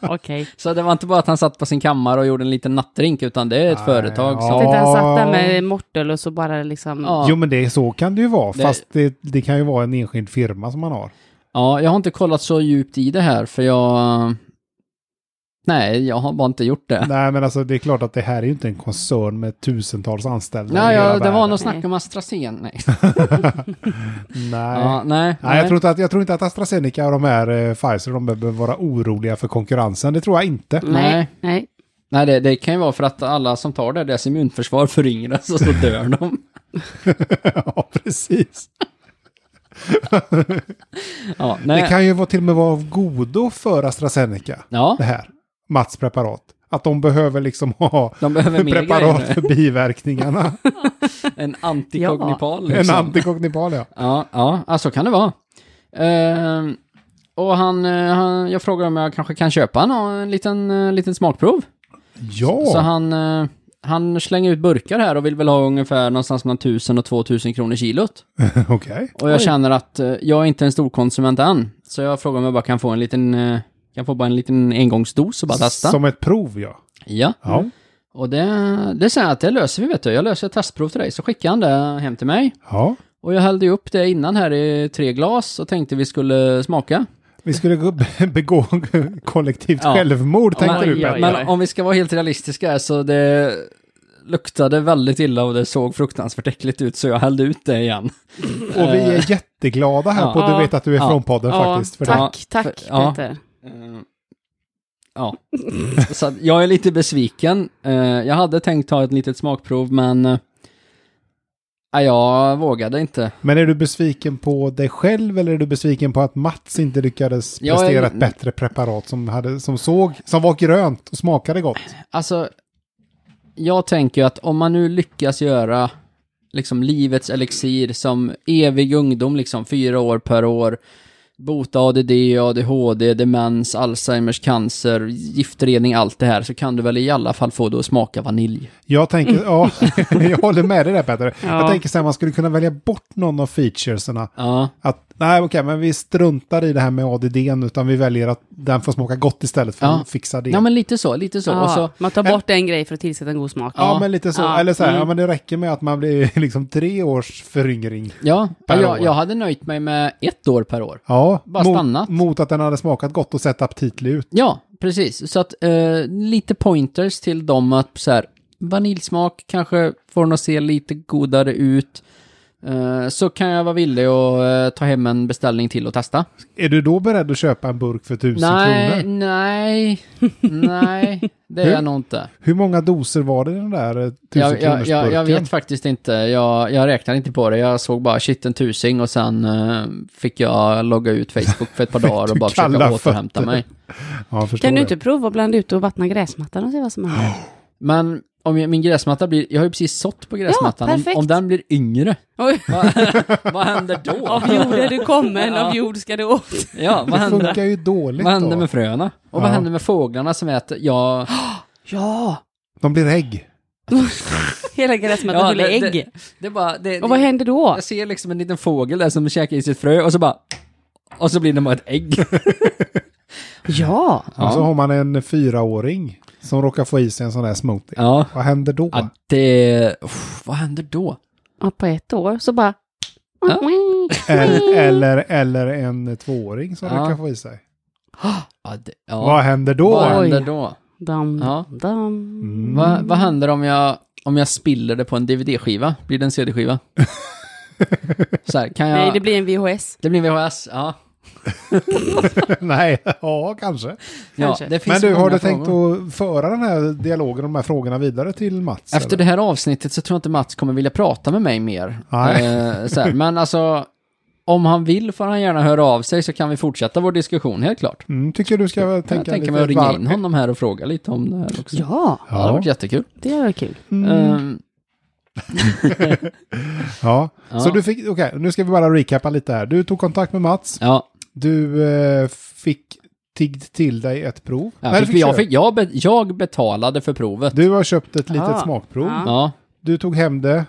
Okej. <laughs> så det var inte bara att han satt på sin kammare och gjorde en liten nattdrink, utan det är ett Nej, företag ja. som... Tänkte han satt där med mortel och så bara liksom... Ja. Jo, men det så kan det ju vara. Det- Fast det, det kan ju vara en enskild firma som man <laughs> har. Ja, jag har inte kollat så djupt i det här, för jag... Nej, jag har bara inte gjort det. Nej, men alltså det är klart att det här är ju inte en koncern med tusentals anställda. i Nej, hela ja, det världen. var något snack om AstraZen. Nej. Nej. Ja, nej, Nej, jag tror, inte att, jag tror inte att AstraZeneca och de här eh, Pfizer, de behöver vara oroliga för konkurrensen. Det tror jag inte. Mm. Nej, nej. Nej, det, det kan ju vara för att alla som tar det, deras immunförsvar föryngras och så dör <laughs> de. <laughs> ja, precis. Ja, Det nej. kan ju vara till och med vara av godo för AstraZeneca, ja det här. Mats preparat. Att de behöver liksom ha de behöver mer preparat grejer. för biverkningarna. <laughs> En antikognipal. en liksom. antikognipal, ja. Ja, ja, ja, så kan det vara. Ehm, och han, eh, han, jag frågar om jag kanske kan köpa en, en liten, eh, liten smakprov. Så Ja, han, eh, han slänger ut burkar här och vill väl ha ungefär någonstans mellan 1000 och 2000 kronor kilot. <laughs> okej. Och jag känner att eh, jag är inte en stor konsument än. Så jag frågar om jag bara kan få en liten, eh, kan få bara en liten engångsdos och bara testa. Som ett prov, ja. Ja. Ja, Och det, det säger jag att det löser vi vet du. Jag löser ett testprov till dig. Så skickar han det hem till mig. ja. Och jag hällde ju upp det innan här i tre glas och tänkte vi skulle smaka. Vi skulle gå- <laughs> begå kollektivt Ja. självmord, tänkte men, du, Petter. men om vi ska vara helt realistiska här, så det luktade väldigt illa och det såg fruktansvärt äckligt ut så jag hällde ut det igen. Och vi är jätteglada här Eh, Ja. på att Du vet att du är Ja. från podden faktiskt. För det. Ja, tack, tack för- ja. Peter. Eh, Ja, <laughs> så att jag är lite besviken. Eh, Jag hade tänkt ta ett litet smakprov men eh, nej, jag vågade inte. Men är du besviken på dig själv eller är du besviken på att Mats inte lyckades Jag är- prestera ett bättre preparat som, hade, som, såg, som var grönt och smakade gott? Alltså, jag tänker ju att om man nu lyckas göra liksom livets elixir som evig ungdom, liksom fyra år per år, bota ADD, ADHD, demens, Alzheimers, cancer, giftrening, allt det här, så kan du väl i alla fall få det att smaka vanilj. Jag Mm. tänker, ja, <laughs> jag håller med dig där Petter. Ja. Jag tänker så här, man skulle kunna välja bort någon av featureserna. Ja, Att, nej okej, men vi struntar i det här med ADD utan vi väljer att den får smaka gott istället för Ja. att fixa det. ja men lite så, lite så. Och så Ja, man tar bort en grej för att tillsätta en god smak. Ja, men lite så. Ja. Eller så här, ja, Mm. men det räcker med att man blir <laughs> liksom tre års föryngring. ja, Per jag, år. jag hade nöjt mig med ett år per år. Ja, Bara mot, stannat. mot att den hade smakat gott och sett aptitlig ut. Ja, precis. Så att eh, lite pointers till dem att så här, vaniljsmak kanske får den att se lite godare ut. Eh, Så kan jag vara villig att eh, ta hem en beställning till och testa. Är du då beredd att köpa en burk för 1000 Nej, kronor? nej, nej, det är Hur? jag nog inte. Hur många doser var det i den där eh, 1000 Jag, jag, kronors jag, jag burken? vet faktiskt inte, jag, jag räknade inte på det. Jag såg bara shit en tusing och sen eh, fick jag logga ut Facebook för <laughs> ett par dagar och bara kalla försöka återhämta fötter. mig. Ja, jag förstår Kan du det. inte prova att blanda ut och vattna gräsmattan och se vad som händer? Men om jag, min gräsmatta blir, jag har ju precis sått på gräsmattan, om, perfekt. om den blir yngre, Oj, vad, vad <laughs> händer då? av jord är du kommen, Ja. av jord ska du åt. Ja, vad Det händer, funkar ju dåligt vad händer då. med fröna? Och vad Ja. händer med fåglarna som äter? <gasps> Ja, Ja, De blir ägg. hela gräsmattan ja fyller det, ägg. det, det, bara, det, och vad händer då? Jag ser liksom en liten fågel där som käkar i sitt frö och så bara... Och så blir det bara ett ägg. Ja, Och så har man en fyraåring som råkar få i sig en sån där smoothie. Ja. Vad händer då? ja det... Uff, vad händer då? och på ett år så bara... Ja. Eller, eller, eller en tvååring som Ja. råkar få i sig. Ja, det, ja. Vad händer då? vad Oj. händer då? Dam, Ja. dam. Mm. Vad, vad händer om jag, om jag spiller det på en DVD-skiva? Blir det <laughs> en CD-skiva? så här, kan jag... Nej, det blir en VHS. det blir VHS, ja. <laughs> Nej, ja kanske. ja Kanske. det finns Men så du, har många du tänkt frågor. att föra den här dialogen, de här frågorna vidare till Mats? Efter eller? det här avsnittet så tror jag inte Mats kommer vilja prata med mig mer. Nej. Eh, så här. Men alltså, om han vill får han gärna höra av sig så kan vi fortsätta vår diskussion, helt klart. Mm, tycker du ska Jag tänka tänker lite mig att ringa varv- in honom här och fråga lite om det här också. Ja, Det hade Ja, Mm. varit jättekul. det är kul. Ehm, ja. Ja. Så du fick, okej, nu ska vi bara recappa lite här. Du tog kontakt med Mats, ja, du eh, fick tiggd till dig ett prov. jag, Nej, du fick, jag, köpa. fick, jag, be, jag betalade för provet. Du har köpt ett litet Ah. smakprov. Ja. Ja, Du tog hem det.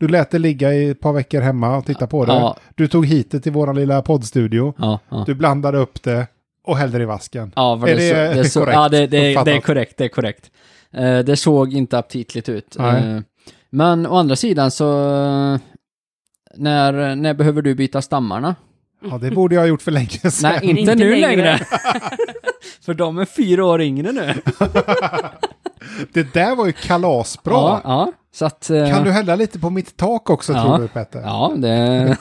Du lät det ligga i ett par veckor hemma och titta på det. Ja. Du tog hit det till våran lilla poddstudio. ja, ja. Du blandade upp det och hällde det i vasken. Ja, för Är det, det så, det, så, korrekt ja det, det, det är uppfattat? korrekt, det är korrekt. Eh, det såg inte aptitligt ut. Nej. Eh, men å andra sidan så, eh, när, när behöver du <laughs> byta stammarna? Ja, det borde jag ha gjort för länge sedan. Nej, inte, Inte nu längre. <laughs> längre. <laughs> för de är fyra år yngre nu. Det där var ju kalasbra. Ja, ja. Så att... eh, Kan du hälla lite på mitt tak också, Ja. tror du, Petter? Ja, <laughs> det,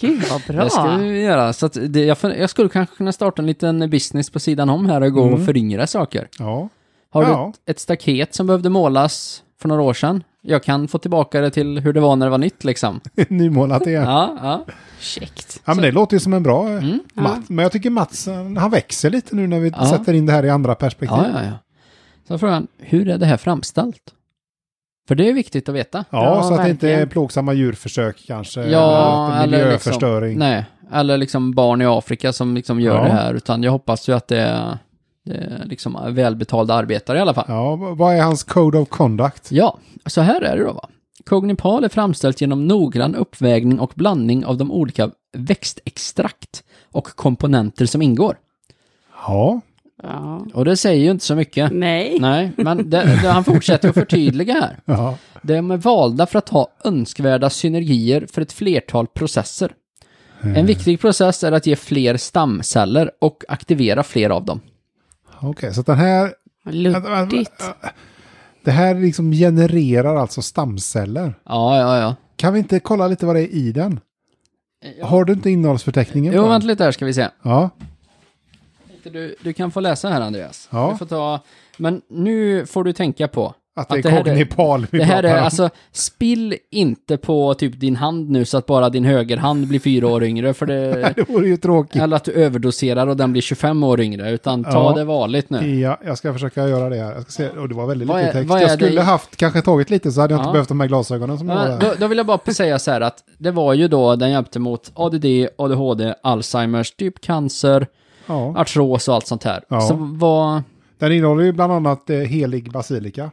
Gud vad bra. det ska vi göra. Så att det, jag, fun- jag skulle kanske kunna starta en liten business på sidan om här och gå Mm. och föryngra saker. Ja. <laughs> Har du Ja. ett, ett staket som behövde målas för några år sedan? Jag kan få tillbaka det till hur det var när det var nytt liksom. Nymålat igen. <laughs> Ja. Ja, Mm. ja. Käckt. men det låter ju som en bra eh, Mats. Men jag tycker Mats, eh, han växer lite nu när vi Ja. sätter in det här i andra perspektiv. Ja, ja, ja. Så frågan, hur är det här framställt? För det är viktigt att veta. Ja, Ja, så att det inte är verkligen. plågsamma djurförsök kanske. Ja, eller att eller miljöförstöring. liksom, nej, eller liksom barn i Afrika som liksom gör Ja. det här, utan jag hoppas ju att det är, det är liksom välbetalda arbetare i alla fall. Ja, v- vad är hans code of conduct? Ja, så här är det då va. Cognipal är framställt genom noggrann uppvägning och blandning av de olika växtextrakt och komponenter som ingår. Ja, Ja. Och det säger ju inte så mycket. Nej. Nej, men det, det, han fortsätter att förtydliga här. ja. De är valda för att ha önskvärda synergier för ett flertal processer. Mm. En viktig process är att ge fler stamceller och aktivera fler av dem. okej. så att den här, Luddigt. det här liksom genererar alltså stamceller. Ja, ja, ja. Kan vi inte kolla lite vad det är i den? Har du inte innehållsförteckningen? på Eh, Jo, den? vänta lite här ska vi se. Ja, Du, du kan få läsa här Andreas. Ja. Du får ta, men nu får du tänka på att det är här är- kognipal vi Det här pratar är om. alltså, spill inte på typ din hand nu så att bara din högerhand blir fyra år yngre för det... <laughs> Det vore ju tråkigt. Eller att du överdoserar och den blir 25 år yngre, utan ta Ja. det vanligt nu. Ja, jag ska försöka göra det här. Jag ska se. Och det var väldigt Vad lite är- text. vad är Jag det skulle i- haft, kanske tagit lite så hade jag inte Ja. behövt de här glasögonen som jag har Men där. Då, då vill jag bara <laughs> säga så här att det var ju då den hjälpte mot ADD, ADHD, Alzheimers, typ cancer, Ja. artros och allt sånt här. Ja. Så vad... Den innehåller ju bland annat eh, helig basilika.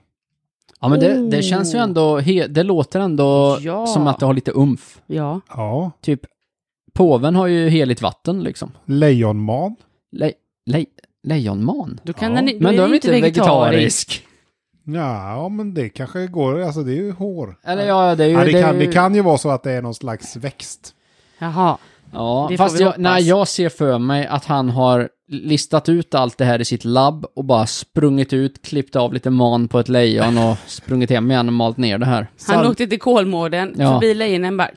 Ja men det, det känns ju ändå, he, det låter ändå Ja. som att det har lite umf. Ja. Ja. Typ, påven har ju heligt vatten liksom. Lejonman. Le, le, lejonman? Då kan Ja. den, då Men då är är den vi inte vegetarisk. Ja, ja, men det kanske går. Alltså det är ju hår. Eller ja, det är ju... Ja, det, är kan, ju- det kan ju vara så att det är någon slags växt. Jaha. Ja, Det får fast vi jag, hoppas. nej, jag ser för mig att han har listat ut allt det här i sitt labb och bara sprungit ut, klippt av lite man på ett lejon <laughs> och sprungit hem igen och malt ner det här. Han Sal- åkte till Kolmården, Ja. förbi lejonen bara...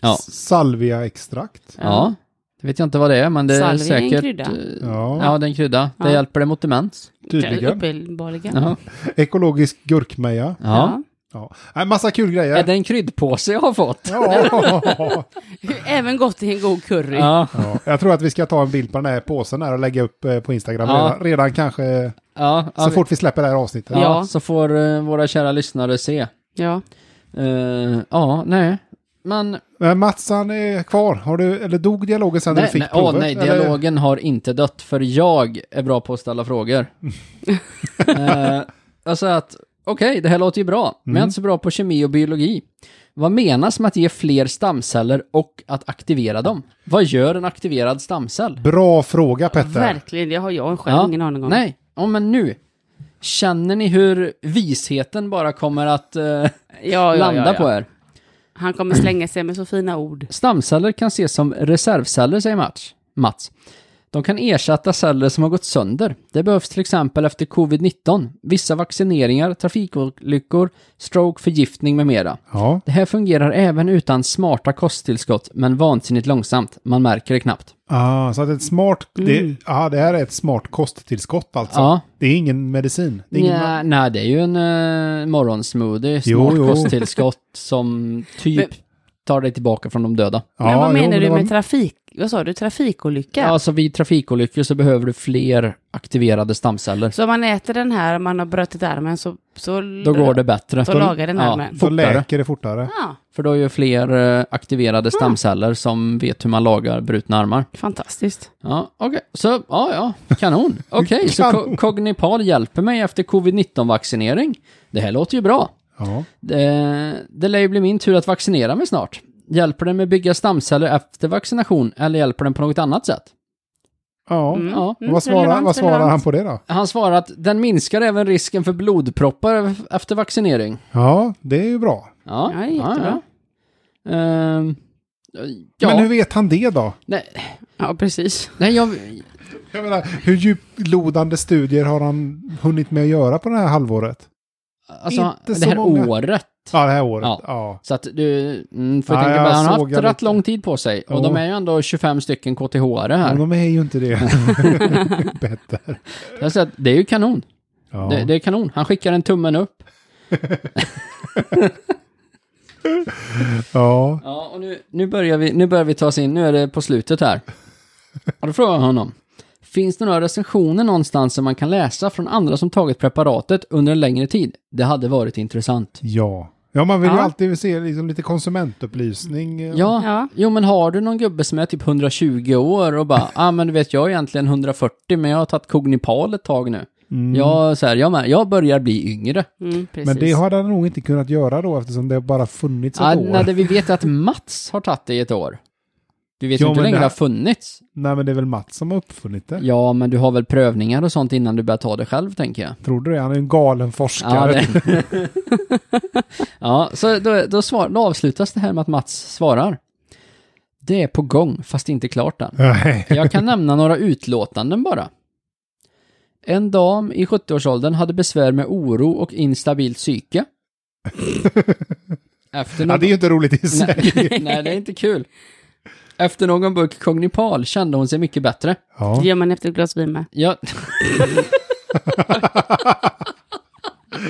Ja. Salvia-extract. Ja. Det vet jag inte vad det är, men det är Salvia är en säkert... krydda. eh, Ja, Ja, det är en krydda. Det Ja. hjälper det mot demens. tydligen. Uppenbarligen. Ja. Ekologisk gurkmeja. ja. Ja. Nej, massa kul grejer. Är det en kryddpåse jag har fått? Ja. <laughs> Även gott i en god curry. Ja. ja. Jag tror att vi ska ta en bild på den här påsen här och lägga upp eh, på Instagram Ja. redan, redan kanske eh, Ja, så fort vi släpper det här avsnittet. ja, Ja. så får eh, våra kära lyssnare se. Ja. Eh, ja, nej. Men, Men Äh, Mats han är kvar. Har du, eller dog dialogen sen när nej, du fick nej, åh, provet? nej, eller? dialogen har inte dött, för jag är bra på att ställa frågor. <laughs> uh, alltså att, okej, det här låter ju bra, men Mm. jag är inte så bra på kemi och biologi. Vad menas med att ge fler stamceller och att aktivera dem? Vad gör en aktiverad stamcell? Bra fråga Petter. Verkligen, det har jag själv Ja, ingen aning om. Nej, ja, men nu. Känner ni hur visheten bara kommer att eh, Ja, ja, landa ja, ja. på er? Han kommer slänga sig med så fina ord. Stamceller kan ses som reservceller, säger Mats. Mats. De kan ersätta celler som har gått sönder. Det behövs till exempel efter covid-19, vissa vaccineringar, trafikolyckor, stroke, förgiftning med mera. Ja. Det här fungerar även utan smarta kosttillskott, men vansinnigt långsamt. Man märker det knappt. Ah, så att ett smart, det, ah, det här är ett smart kosttillskott alltså. Mm. Ja. Det är ingen medicin. Det är ingen Nej, nej, det är ju en uh, morgonsmoothie, Jo, smart jo. kosttillskott som typ Men- tar dig tillbaka från de döda. Ja, men vad jo, menar det du var- med trafik? Vad sa du? Trafikolycka? Alltså vid trafikolyckor så behöver du fler aktiverade stamceller. Så om man äter den här och man har brutit armen så... så Då går det bättre. Så lagar den här med. Då fortare. läker det fortare. Ja, För då är ju fler eh, aktiverade stamceller som vet hur man lagar brutna armar. fantastiskt. Ja, okej. Så, ja, ja. Kanon. Okej, så Kanon. Ko- Cognipal hjälper mig efter covid-19-vaccinering. Det här låter ju bra. Ja. Det, det lär ju bli min tur att vaccinera mig snart. Hjälper den med att bygga stamceller efter vaccination eller hjälper den på något annat sätt? ja. Ja. Och vad svarar, Mm. relevant, vad svarar relevant. han på det då? Han svarar att den minskar även risken för blodproppar efter vaccinering. Ja, det är ju bra. Ja, Ja, jättebra. ja. Ehm, ja. Men hur vet han det då? nej, Ja, precis. nej, jag... Jag menar, hur djuplodande studier har han hunnit med att göra på det här halvåret? Alltså, Inte det så här många. året. Ja, det här året. Ja. Ja. Så att du mm, får Ja, tänka jag på han har såg haft jag rätt lite. lång tid på sig. Och Jo. de är ju ändå 25 stycken KTH här. Men de är ju inte det. <laughs> Petter. Jag har sett, det är ju kanon. Ja. Det, det är kanon. Han skickar en tummen upp. ja. Ja, och nu, nu, börjar vi, nu börjar vi ta oss in. Nu är det på slutet här. Och då frågar jag honom. Finns det några recensioner någonstans som man kan läsa från andra som tagit preparatet under en längre tid? Det hade varit intressant. Ja. Ja, man vill ju Ja. alltid se liksom lite konsumentupplysning. eh, Ja, Ja. jo men har du någon gubbe som är typ 120 år och bara, ah men du vet jag är egentligen 140 men jag har tagit Cognipal ett tag nu. Mm. Jag, så här, jag, med- jag börjar bli yngre. Mm, precis. Men det hade han nog inte kunnat göra då eftersom det bara funnits ett Ah, år. nej, det vi vet är att Mats har tagit det i ett år. Du vet Ja, ju inte hur men länge det- det har funnits. Nej, men det är väl Mats som har uppfunnit det. Ja, men du har väl prövningar och sånt innan du börjar ta det själv, tänker jag. Tror du det? Han är en galen Ja, forskare. det. <laughs> ja så då, då, svar, då avslutas det här med att Mats svarar. Det är på gång, fast inte klart än. Nej. Jag kan nämna några utlåtanden bara. En dam i 70-årsåldern hade besvär med oro och <laughs> instabilt psyke. Efter <laughs> Ja, det är ju inte roligt i sig. <laughs> Nej, det är inte kul. Efter någon burk Cognipal kände hon sig mycket bättre. Ja. <laughs> Det gör man efter ett glas vin med. Ja,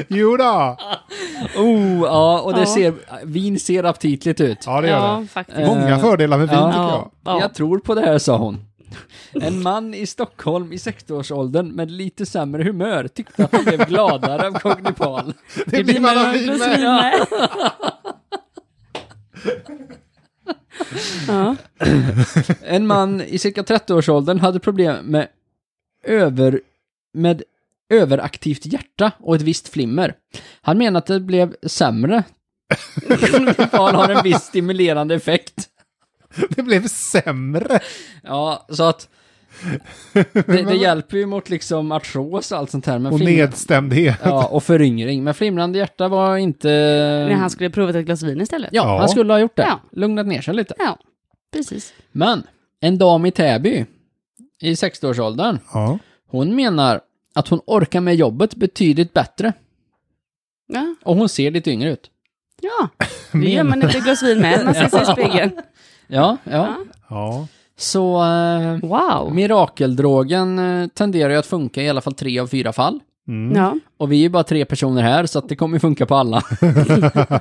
Jo då. <laughs> oh, ja och det Ja. ser, vin ser aptitligt ut. Ja, det gör det. faktiskt. Eh, Många fördelar med vin ja. tycker jag. Ja. Jag tror på det här, sa hon. En man i Stockholm i 60-årsåldern med lite sämre humör tyckte att han blev gladare av Cognipal. <laughs> Det blir man av vin med. <laughs> Ja. ja. En man i cirka 30-årsåldern hade problem med, över, med överaktivt hjärta och ett visst flimmer. Han menar att det blev sämre. Cognipal har en viss stimulerande effekt. <laughs> Det blev sämre. Ja, så att det, det hjälper ju mot liksom artros och allt sånt här. Men Och flimmer- nedstämdhet. Ja, och föryngring. Men flimrande hjärta var inte... När han skulle prova ett glas vin istället. Ja, Ja. han skulle ha gjort det. Ja. Lugnat ner sig lite. Ja. precis. Men, en dam i Täby i 60-årsåldern, Ja. hon menar att hon orkar med jobbet betydligt bättre Ja, och hon ser lite yngre ut. ja. <laughs> det gör man inte glas vin med. Man ser sig i spegeln. Ja, ja. Ja. Så eh, Wow. mirakeldrogen eh, tenderar ju att funka i alla fall tre av fyra fall. Mm. Ja. Och vi är ju bara tre personer här så att det kommer ju funka på alla. ja.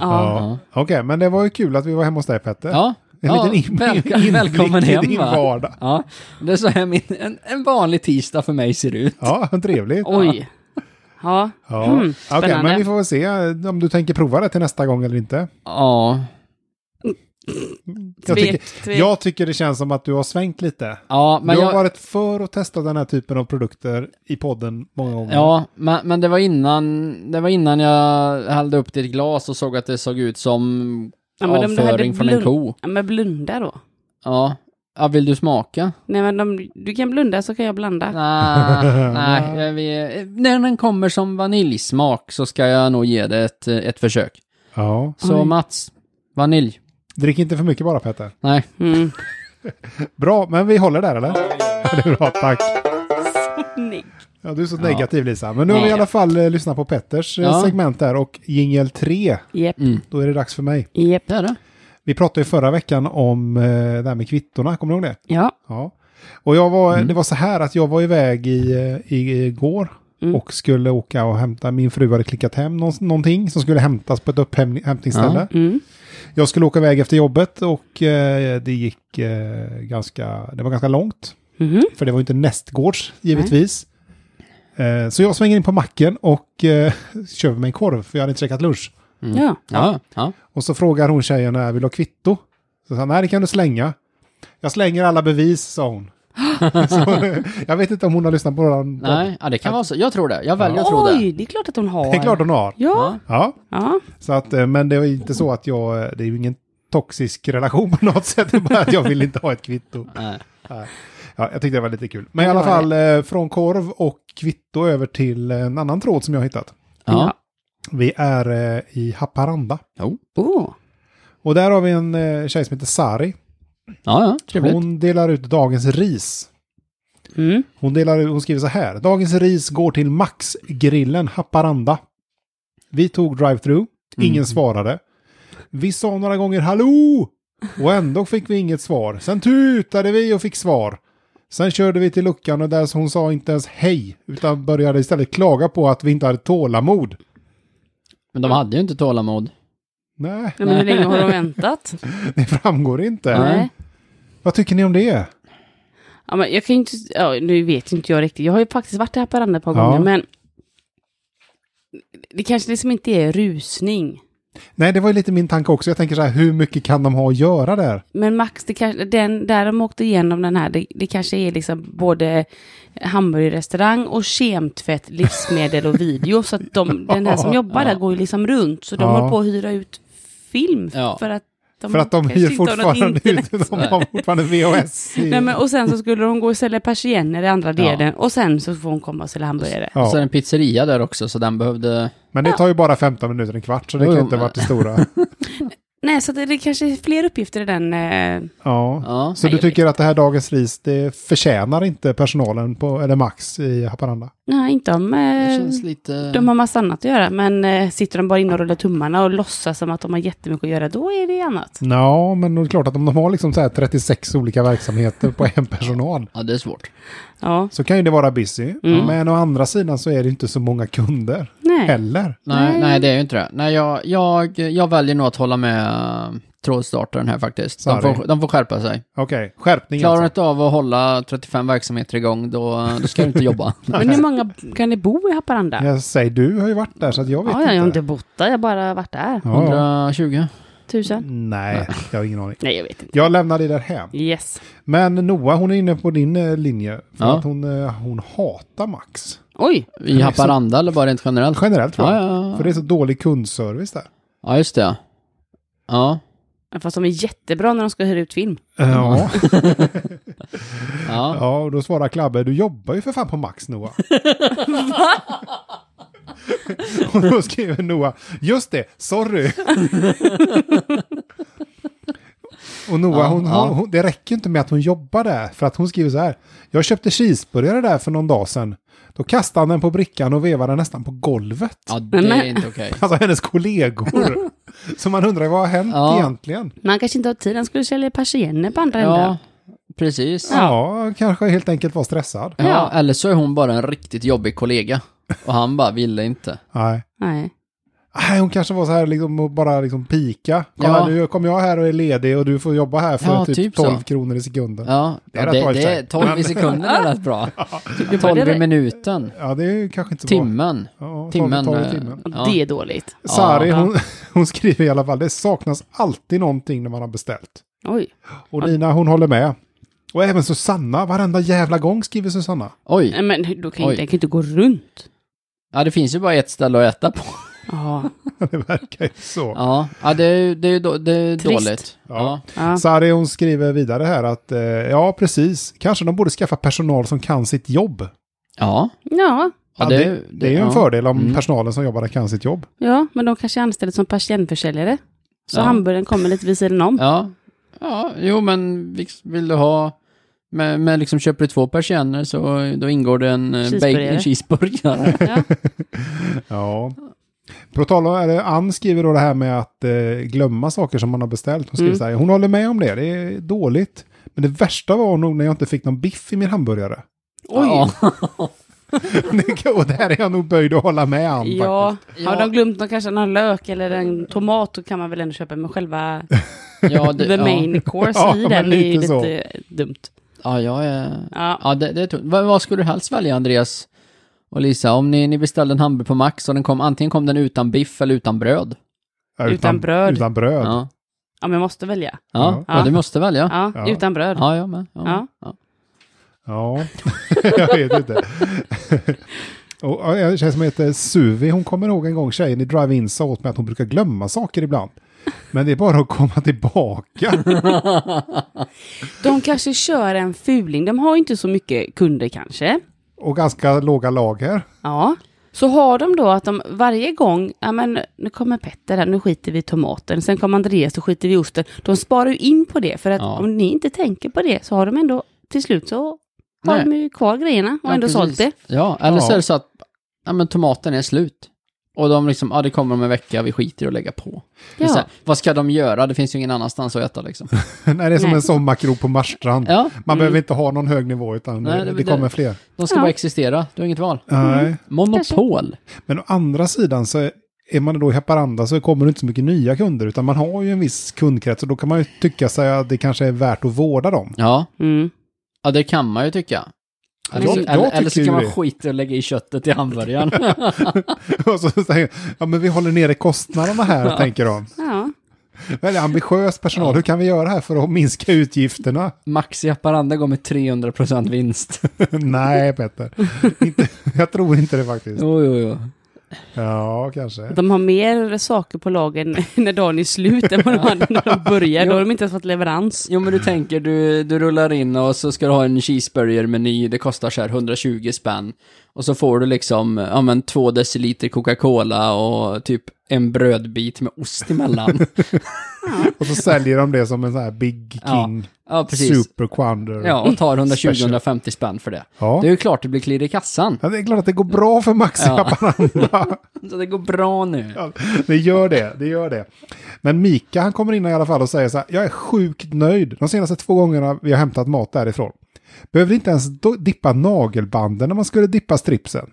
ja. Okej, men det var ju kul att vi var hemma hos dig Petter. Ja, En ja liten in- välkom- inblick <laughs> välkommen i hem. din va? vardag. Ja, det är så här min, en, en vanlig tisdag för mig ser ut. Ja, trevligt. Oj. Ja. Ja. Mm, Okej, spännande. men vi får väl se eh, om du tänker prova det till nästa gång eller inte. Ja, Jag Tvek, tycker, tvek. jag tycker det känns som att du har svängt lite. ja men du har jag... varit för att testa den här typen av produkter i podden många gånger. Ja, men, men det var innan, det var innan jag hällde upp det i ett glas och såg att det såg ut som Ja, men om du hade avföring från en blund- ko. Ja, men blunda då. Ja. ja, vill du smaka? Nej, men de, du kan blunda så kan jag blanda. Nej, nej. jag vill- När den kommer som vaniljsmak så ska jag nog ge det ett, ett försök. ja. Så Oj. Mats, vanilj. Drick inte för mycket bara Petter. Nej. Mm. Bra, men vi håller där eller? <laughs> Det är bra, tack. Nej. Ja, du är så negativ Lisa. Men nu har vi i Ja. alla fall eh, lyssnat på Petters eh, Ja. segment där och jingel 3. Jep. Mm. Då är det dags för mig. Jep. Det är det. Vi pratade ju förra veckan om eh, det här med kvittorna, kommer du ihåg det? Ja. Ja. Och jag var, Mm. det var så här att jag var iväg i, eh, i, igår Mm. och skulle åka och hämta, min fru hade klickat hem någon, någonting som skulle hämtas på ett upphämtningsställe. Mm. Jag skulle åka iväg efter jobbet och eh, det gick eh, ganska, det var ganska långt. Mhm. För det var ju inte nästgårds, givetvis. Eh, så jag svänger in på macken och eh, <laughs> köper mig en korv, för jag hade inte käkat lunch. Ja. Ja, ja. Och så frågar hon tjejen, "Äh, vill du ha kvitto? Så sa hon, nej det kan du slänga. Jag slänger alla bevis, sa hon. <laughs> så, eh, jag vet inte om hon har lyssnat på den. Nej, ja, det kan vara så. Jag tror det. Jag väljer att tro det. Oj, det är klart att hon har. Det är klart hon har. Ja. Ja, Ja. så att, eh, men det är ju inte så att jag, eh, det är ju ingen toxisk relation på något sätt, det är bara att jag vill inte ha ett kvitto. Nej. Ja, jag tyckte det var lite kul. Men i Ja, det alla var fall eh, från korv och kvitto över till eh, en annan tråd som jag har hittat. Ja. Vi är eh, i Haparanda. Oh. Och där har vi en eh, tjej som heter Sari. Ja, ja, trevligt. Hon delar ut dagens ris. Mm. Hon, delar, ut- hon skriver så här. Dagens ris går till Max-grillen Haparanda. Vi tog drive-through. Ingen Mm. svarade. Vi sa några gånger hallå! Och ändå fick vi inget svar. Sen tutade vi och fick svar. Sen körde vi till luckan och där så hon sa inte ens hej. Utan började istället klaga på att vi inte hade tålamod. Men de hade ju inte tålamod. Nej, <laughs> Nej, men hur länge har hon väntat? det framgår inte. <laughs> Nej. Nej. Vad tycker ni om det? Ja, men jag kan ju inte, ja, nu vet inte jag riktigt. Jag har ju faktiskt varit i Haparanda ett par Ja. gånger, men det kanske liksom inte är rusning. Nej, det var ju lite min tanke också. Jag tänker så här, hur mycket kan de ha att göra där? Men Max, det kanske, den, där de åkte igenom den här, det, det kanske är liksom både hamburgerrestaurang och kemtvätt, livsmedel och video. Så att de, den <laughs> här som jobbar där går ju liksom runt. Så de Ja. håller på att hyra ut film Ja. för att de, För att de kanske hyr inte har något fortfarande <laughs> internet. ut, de har fortfarande VHS. I, Nej, men, och sen så skulle de gå och sälja persienner i andra delen och sen så får hon komma och sälja hamburgare. Och så är det ja. en pizzeria där också, så den behövde... Men det tar ju bara 15 minuter, en kvart, så det Jo, kan ju jo, inte ha men- varit det <laughs> stora. Nej, så det, det kanske är fler uppgifter i den. Eh, Ja. Ja. Så Nej, du jag vet tycker att det här Dagens Ris, det förtjänar inte personalen på, eller Max i Haparanda? nej, inte om Det eh, känns lite... de har massa annat att göra, men eh, sitter de bara inne och rullar tummarna och låtsas som att de har jättemycket att göra, då är det annat. Ja, men det är klart att om de har liksom så här 36 olika verksamheter på en personal Ja, det är svårt. Ja, så kan ju det vara busy. Mm. Men å andra sidan så är det inte så många kunder nej. heller. Nej, Nej. nej. det är ju inte det. Nej, jag, jag, jag väljer nog att hålla med eh, trådstartaren här faktiskt. De Sorry. får, de får skärpa sig. Okej, skärpning Klarar du alltså. inte av att hålla 35 verksamheter igång, då, då ska du inte jobba. Men hur många kan det bo i Haparanda? Jag säger, du har ju varit där så att jag vet ja, jag har inte. inte bott där, jag har bara varit där. <laughs> Ja. 120. Tusen? Nej, jag har ingen aning. Nej, jag vet inte. Jag lämnar dig där hem. Yes. Men Noah, hon är inne på din eh, linje. För Ja. att hon, eh, hon hatar Max. Oj, I Haparanda eller bara rent generellt? Generellt tror Ja, jag. ja, För ja. det är så dålig kundservice där. ja, just det. Ja, fast de är jättebra när de ska hyra ut film. Ja, ja. ja och då svarar Klabbe, du jobbar ju för fan på Max <laughs> Noah. och då skriver Noah, just det, sorry. Och Noah, Ja, hon, ja. Hon, hon, det räcker inte med att hon jobbar där. För att hon skriver så här. Jag köpte cheeseburgare där för någon dag sedan. Då kastade han den på brickan och vevade den nästan på golvet. Ja, det är Men- inte okej. Alltså hennes <laughs> kollegor. Så man undrar vad har hänt Ja. egentligen? Men han kanske inte har tid, han skulle sälja persienner på andra änden. Ja, precis. Ja. Ja. kanske helt enkelt var stressad. Ja. eller så är hon bara en riktigt jobbig kollega. Och han bara ville inte. Nej. Nej. Nej, hon kanske var så här liksom och bara liksom pika. Kolla Ja. nu kommer jag här och är ledig och du får jobba här för Ja, typ, typ så. 12 kronor i sekunden. Ja. Ja, Det är ja, rätt bra i det, och det för är sig. 12 i sekunden är rätt bra. Du 12 i började- minuten. det är ju kanske inte så bra. Timmen. Ja, Timmen. Ta, ta eh, timmen. ja. Det är dåligt. Sari, Ja. hon, <laughs> hon skriver i alla fall, det saknas alltid någonting när man har beställt. Oj. Och Lina, hon håller med. Och även Susanna, varenda jävla gång skriver Susanna. <laughs> Oj, Nej, Men då kan ju Oj. inte, jag kan ju inte gå runt. ja det finns ju bara ett ställe att äta på. Ja. Det verkar ju så. Ja, ja det är ju det är ju då, det är Trist. dåligt. Ja. ja. Sari, hon skriver vidare här att, eh, ja precis, kanske de borde skaffa personal som kan sitt jobb. Ja. ja. Ja, Ja, det, det- det, är ju en ja. fördel om Mm. personalen som jobbar där kan sitt jobb. Ja, men de kanske är anställda som persiennförsäljare. Så Ja. hamburgaren kommer lite vid sidan om. Ja. ja, jo men vill- vill du ha, med, med liksom köper du två persienner så då ingår det en eh, bacon Cheeseburgare. en <laughs> cheeseburgare. Ja. Ja. På tal om, eller Ann skriver då det här med att eh, glömma saker som man har beställt. Hon skriver Mm. så här, hon håller med om det, det är dåligt. Men det värsta var nog när jag inte fick någon biff i min hamburgare. <laughs> Ja. Det kan- och där är jag nog böjd att hålla med Ann Ja, Ja. har de glömt någon, kanske någon lök eller en tomat då kan man väl ändå köpa, men själva Ja, the det, <laughs> ja. main course Ja, i men den är ju lite så. lite dumt. ja, jag är... Ja. Ja, det, det är tungt. Vad, vad skulle du helst välja, Andreas och Lisa? Om ni, ni beställde en hamburgare på Max och den kom, antingen kom den utan biff eller utan bröd. Ja, Utan bröd. Utan bröd. Ja. Ja, ja, men jag måste välja. ja, Ja. ja. du måste välja. Ja, Ja. utan bröd. Ja, jag med. Ja. Ja. Ja. <laughs> jag vet inte. <laughs> och ja, en tjej som heter Suvi, hon kommer ihåg en gång tjejen i Drive-In sa åt mig att hon brukar glömma saker ibland. Men det är bara att komma <laughs> tillbaka. De kanske kör en fuling, de har ju inte så mycket kunder kanske. Och ganska låga lager. Ja. Så har de då att de varje gång, ja men nu kommer Petter här, nu skiter vi i tomaten, sen kommer Andreas, då skiter vi i osten. De sparar ju in på det, för att Ja. om ni inte tänker på det så har de ändå, till slut så har Nej. de ju kvar grejerna och Ja, ändå precis. sålt det. Ja, eller så Ja. är det så att ja, men tomaten är slut. Och de liksom, ja det kommer om en vecka, vi skiter i att lägga på. Det är Ja. Så här, vad ska de göra? Det finns ju ingen annanstans att <laughs> äta liksom. Nej, det är som Nej. en sommarkrog på Marstrand. Ja, Mm. Man behöver inte ha någon hög nivå utan Nej, det, det- Mm. det kommer fler. de ska Ja. bara existera, du har inget val. Nej. Monopol. Men å andra sidan så är- är man då i Haparanda så kommer det inte så mycket nya kunder utan man har ju en viss kundkrets och då kan man ju tycka sig att det kanske är värt att vårda dem. <laughs> Ja. Mm. ja, det kan man ju tycka. Eller, Jag- så- jag eller, eller så tycker kan ju man det. skita i att lägga i köttet i hamburgaren. <laughs> och så säger ja men vi håller nere kostnaderna <laughs> här, tänker de. Ja. Väldigt ambitiös personal, hur kan vi göra här för att minska utgifterna? <laughs> Max i Haparanda går med 300% vinst. Nej, Petter. Inte, <laughs> jag tror inte det faktiskt. Jo, jo, jo. Ja, kanske. De har mer saker på lagen <laughs> när dagen är slut än vad de hade när de <laughs> började. Då har de inte ens fått leverans. Jo men Mm. du tänker, du, du rullar in och så ska du ha en cheeseburgermeny, det kostar så här 120 spänn. Och så får du liksom, ja men två deciliter Coca-Cola och typ en brödbit med <laughs> ost emellan. Och så säljer de det som en sån här Big Ja, King, ja precis. Super Quander. Ja, och tar 120-150 Special. spänn för det. Ja. Det är ju klart det blir klirr i kassan. Ja, det är klart att det går bra för Max i Ja. Haparanda. Så det går bra nu. Ja, det gör det, det gör det. Men Mika han kommer in i alla fall och säger så här, jag är sjukt nöjd. De senaste två gångerna vi har hämtat mat därifrån. Behövde inte ens do- dippa nagelbanden när man skulle dippa stripsen.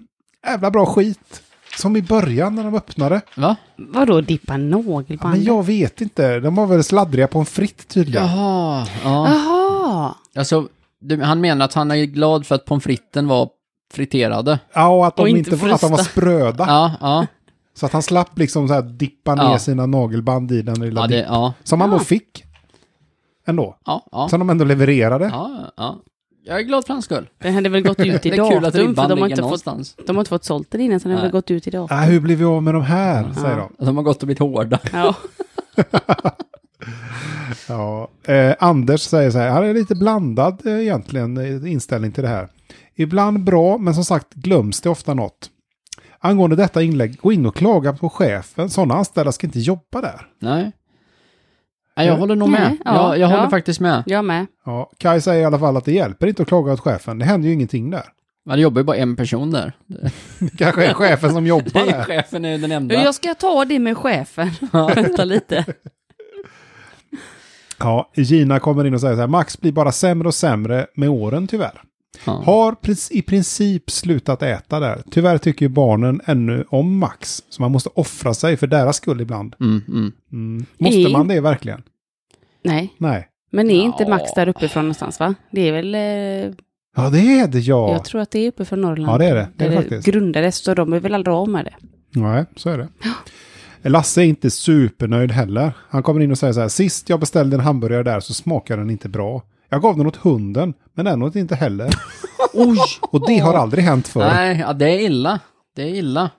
Jävla bra skit. Som i början när de öppnade. Va? Vadå dippa nagelband? Men jag vet inte, de var väl sladdriga på en fritt tydligen. Jaha, ja. Jaha! Alltså, du, han menar att han är glad för att pommes fritesen var friterade. Ja, och att de, Och inte inte att de var frysta. spröda. Ja, ja. Så att han slapp liksom så här dippa ner Ja. sina nagelband i den lilla Ja, det, dipp. ja. Som han då fick. Ändå. Ja, ja. Som de ändå levererade. Ja, ja. Jag är glad för hans skull. Den hade väl gått ut <laughs> i Det är kul att datum för ribban de har, ligger inte fått, någonstans. de har inte fått sålt den innan så den har Nej. väl gått ut i datum. Äh, hur blev vi av med de här? Säger de. De har gått och blivit hårda. Ja. Ja, eh, Anders säger så här, han är lite blandad eh, egentligen eh, inställning till det här. Ibland bra, men som sagt glöms det ofta något. Angående detta inlägg, gå in och klaga på chefen, sådana anställda ska inte jobba där. Nej. Nej, jag håller nog med. Nej, ja, jag jag ja. håller faktiskt med. Jag med. Ja, Kaj säger i alla fall att det hjälper inte att klaga åt chefen. Det händer ju ingenting där. <laughs> Men det jobbar ju bara en person <laughs> där. Det kanske är chefen som jobbar <laughs> där. Chefen är den enda. Jag ska ta det <laughs> med chefen. Vänta lite. Ja, Gina kommer in och säger så här. Max blir bara sämre och sämre med åren tyvärr. Ja. Har pris- i princip slutat äta där. Tyvärr tycker ju barnen ännu om Max. Så man måste offra sig för deras skull ibland. Mm, mm. Mm. Måste Nej. man det verkligen? Nej, Nej. men är inte Max Ja. där uppifrån någonstans va? Det är väl... Eh, Ja, det är det ja. Jag tror att det är uppifrån Norrland. Ja, det är det. Det är det Där faktiskt. grundades, så de är väl aldrig av med det. Nej, så är det. Lasse är inte supernöjd heller. Han kommer in och säger så här. Sist jag beställde en hamburgare där så smakade den inte bra. Jag gav den åt hunden, men den åt inte heller. Oj! Och det har aldrig hänt förr. Nej, ja, det är illa. Det är illa.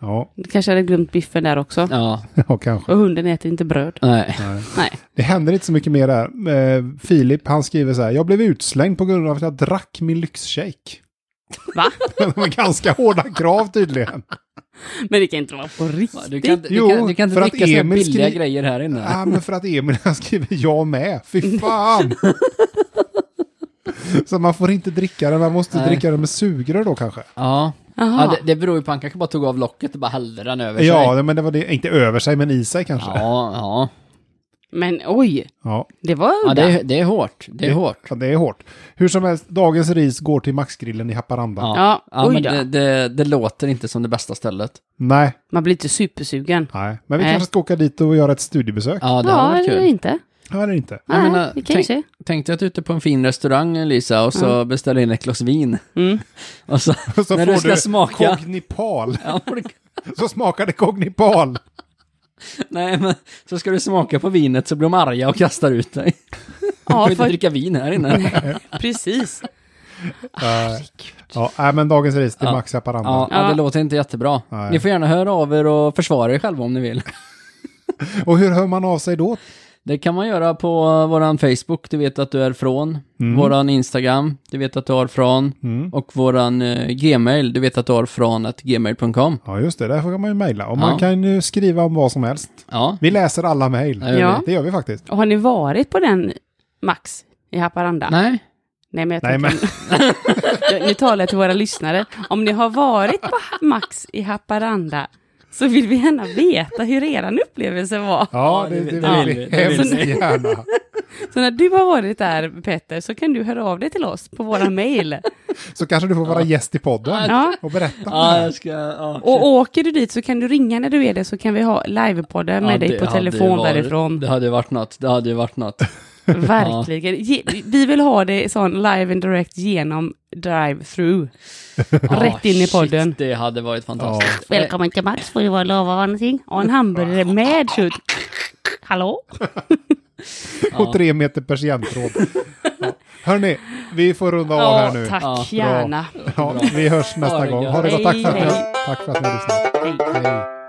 Ja, <laughs> Du kanske hade glömt biffen där också. Ja, ja, kanske. Och hunden äter inte bröd. nej. Nej. Det händer inte så mycket mer där. Eh, Filip, han skriver så här. Jag blev utslängd på grund av att jag drack min lyxshake. Va? <laughs> Det var ganska hårda krav tydligen. Men det kan inte vara på Ja, riktigt. <laughs> Du kan, inte- du Jo, kan, du kan inte för att dricka såna här Emil billiga skri- grejer här inne. Ja, men för att Emil han skriver jag med. Fy fan! Så man får inte dricka den, man måste Nej. dricka den med sugrör då kanske. Ja, Jaha. ja det, det beror ju på, han kanske bara tog av locket och bara hällde den över sig. Ja, men det var det, inte över sig, men i sig kanske. Ja, Ja, ja. Men oj, ja. det var ja udda. det, är- det är hårt. Det är hårt. det är hårt. Hur som helst, dagens ris går till Maxgrillen i Haparanda. Ja, Ja, ja, oj men då. det, det, det låter inte som det bästa stället. Nej, Man blir inte supersugen. nej, men vi Nej. kanske ska åka dit och göra ett studiebesök. Ja, det hade Ja, varit eller kul. inte. Ja, det är inte. Jag Nej, menar, vi kan ju tänk- se. Tänkte att du är ute på en fin restaurang, Lisa, och så beställer in ett glas vin. Mm. <laughs> Och så, <laughs> Så när får du ska smaka... Cognipal. Ja, får du- <laughs> Så smakar det cognipal. Nej, men så ska du smaka på vinet så blir de arga och kastar ut dig. Du <laughs> får Ja, inte för, dricka vin här <laughs> inne. precis. Ja, nej, men dagens ris till Ja. Max i Haparanda. Ja, ja, det Ja. låter inte jättebra. Nej. Ni får gärna höra av er och försvara er själva om ni vill. Och hur hör man av sig då? Det kan man göra på våran Facebook, du vet att du är från. Våran Instagram, du vet att du har från. Och våran eh, Gmail, du vet att du har från att gmail.com. Ja, just det. Där får man ju mejla. Och Ja. man kan ju skriva om vad som helst. Ja, Vi läser alla mejl. det gör Ja. vi. Det gör vi faktiskt. Och har ni varit på den Max i Haparanda? Nej. Nej, men jag Nej, tänkte... <laughs> Jag- nu talar jag till våra lyssnare. Om ni har varit på Ha- Max i Haparanda så vill vi gärna veta hur er upplevelse var. Ja, det, det det vill- vill ja, vi det- det vill hemskt vi. gärna. Så när du har varit där, Petter, så kan du höra av dig till oss på våra mejl. Så kanske du får vara gäst i podden Ja. och berätta. om det Ja, här. jag ska... Ja, Och åker du dit så kan du ringa när du är där så kan vi ha livepodden med Ja, dig det på hade telefon varit- därifrån. Det hade ju varit något, det hade ju varit något. Verkligen. Ge, vi vill ha det sån live and direct genom drive-through. <laughs> Rätt in i podden. Ah, Shit, det hade varit fantastiskt. Välkommen till Max, får du vara lova någonting? Och en hamburgare med kött. Hallå? Och tre meter persienntråd. Ja. Hörni, vi får runda av Ja, här nu. tack Ja, gärna. Ja, vi hörs nästa Ha det gång. gött. Ha det gott. Tack för att ni Hej. Tack för att ni har lyssnat. Hej.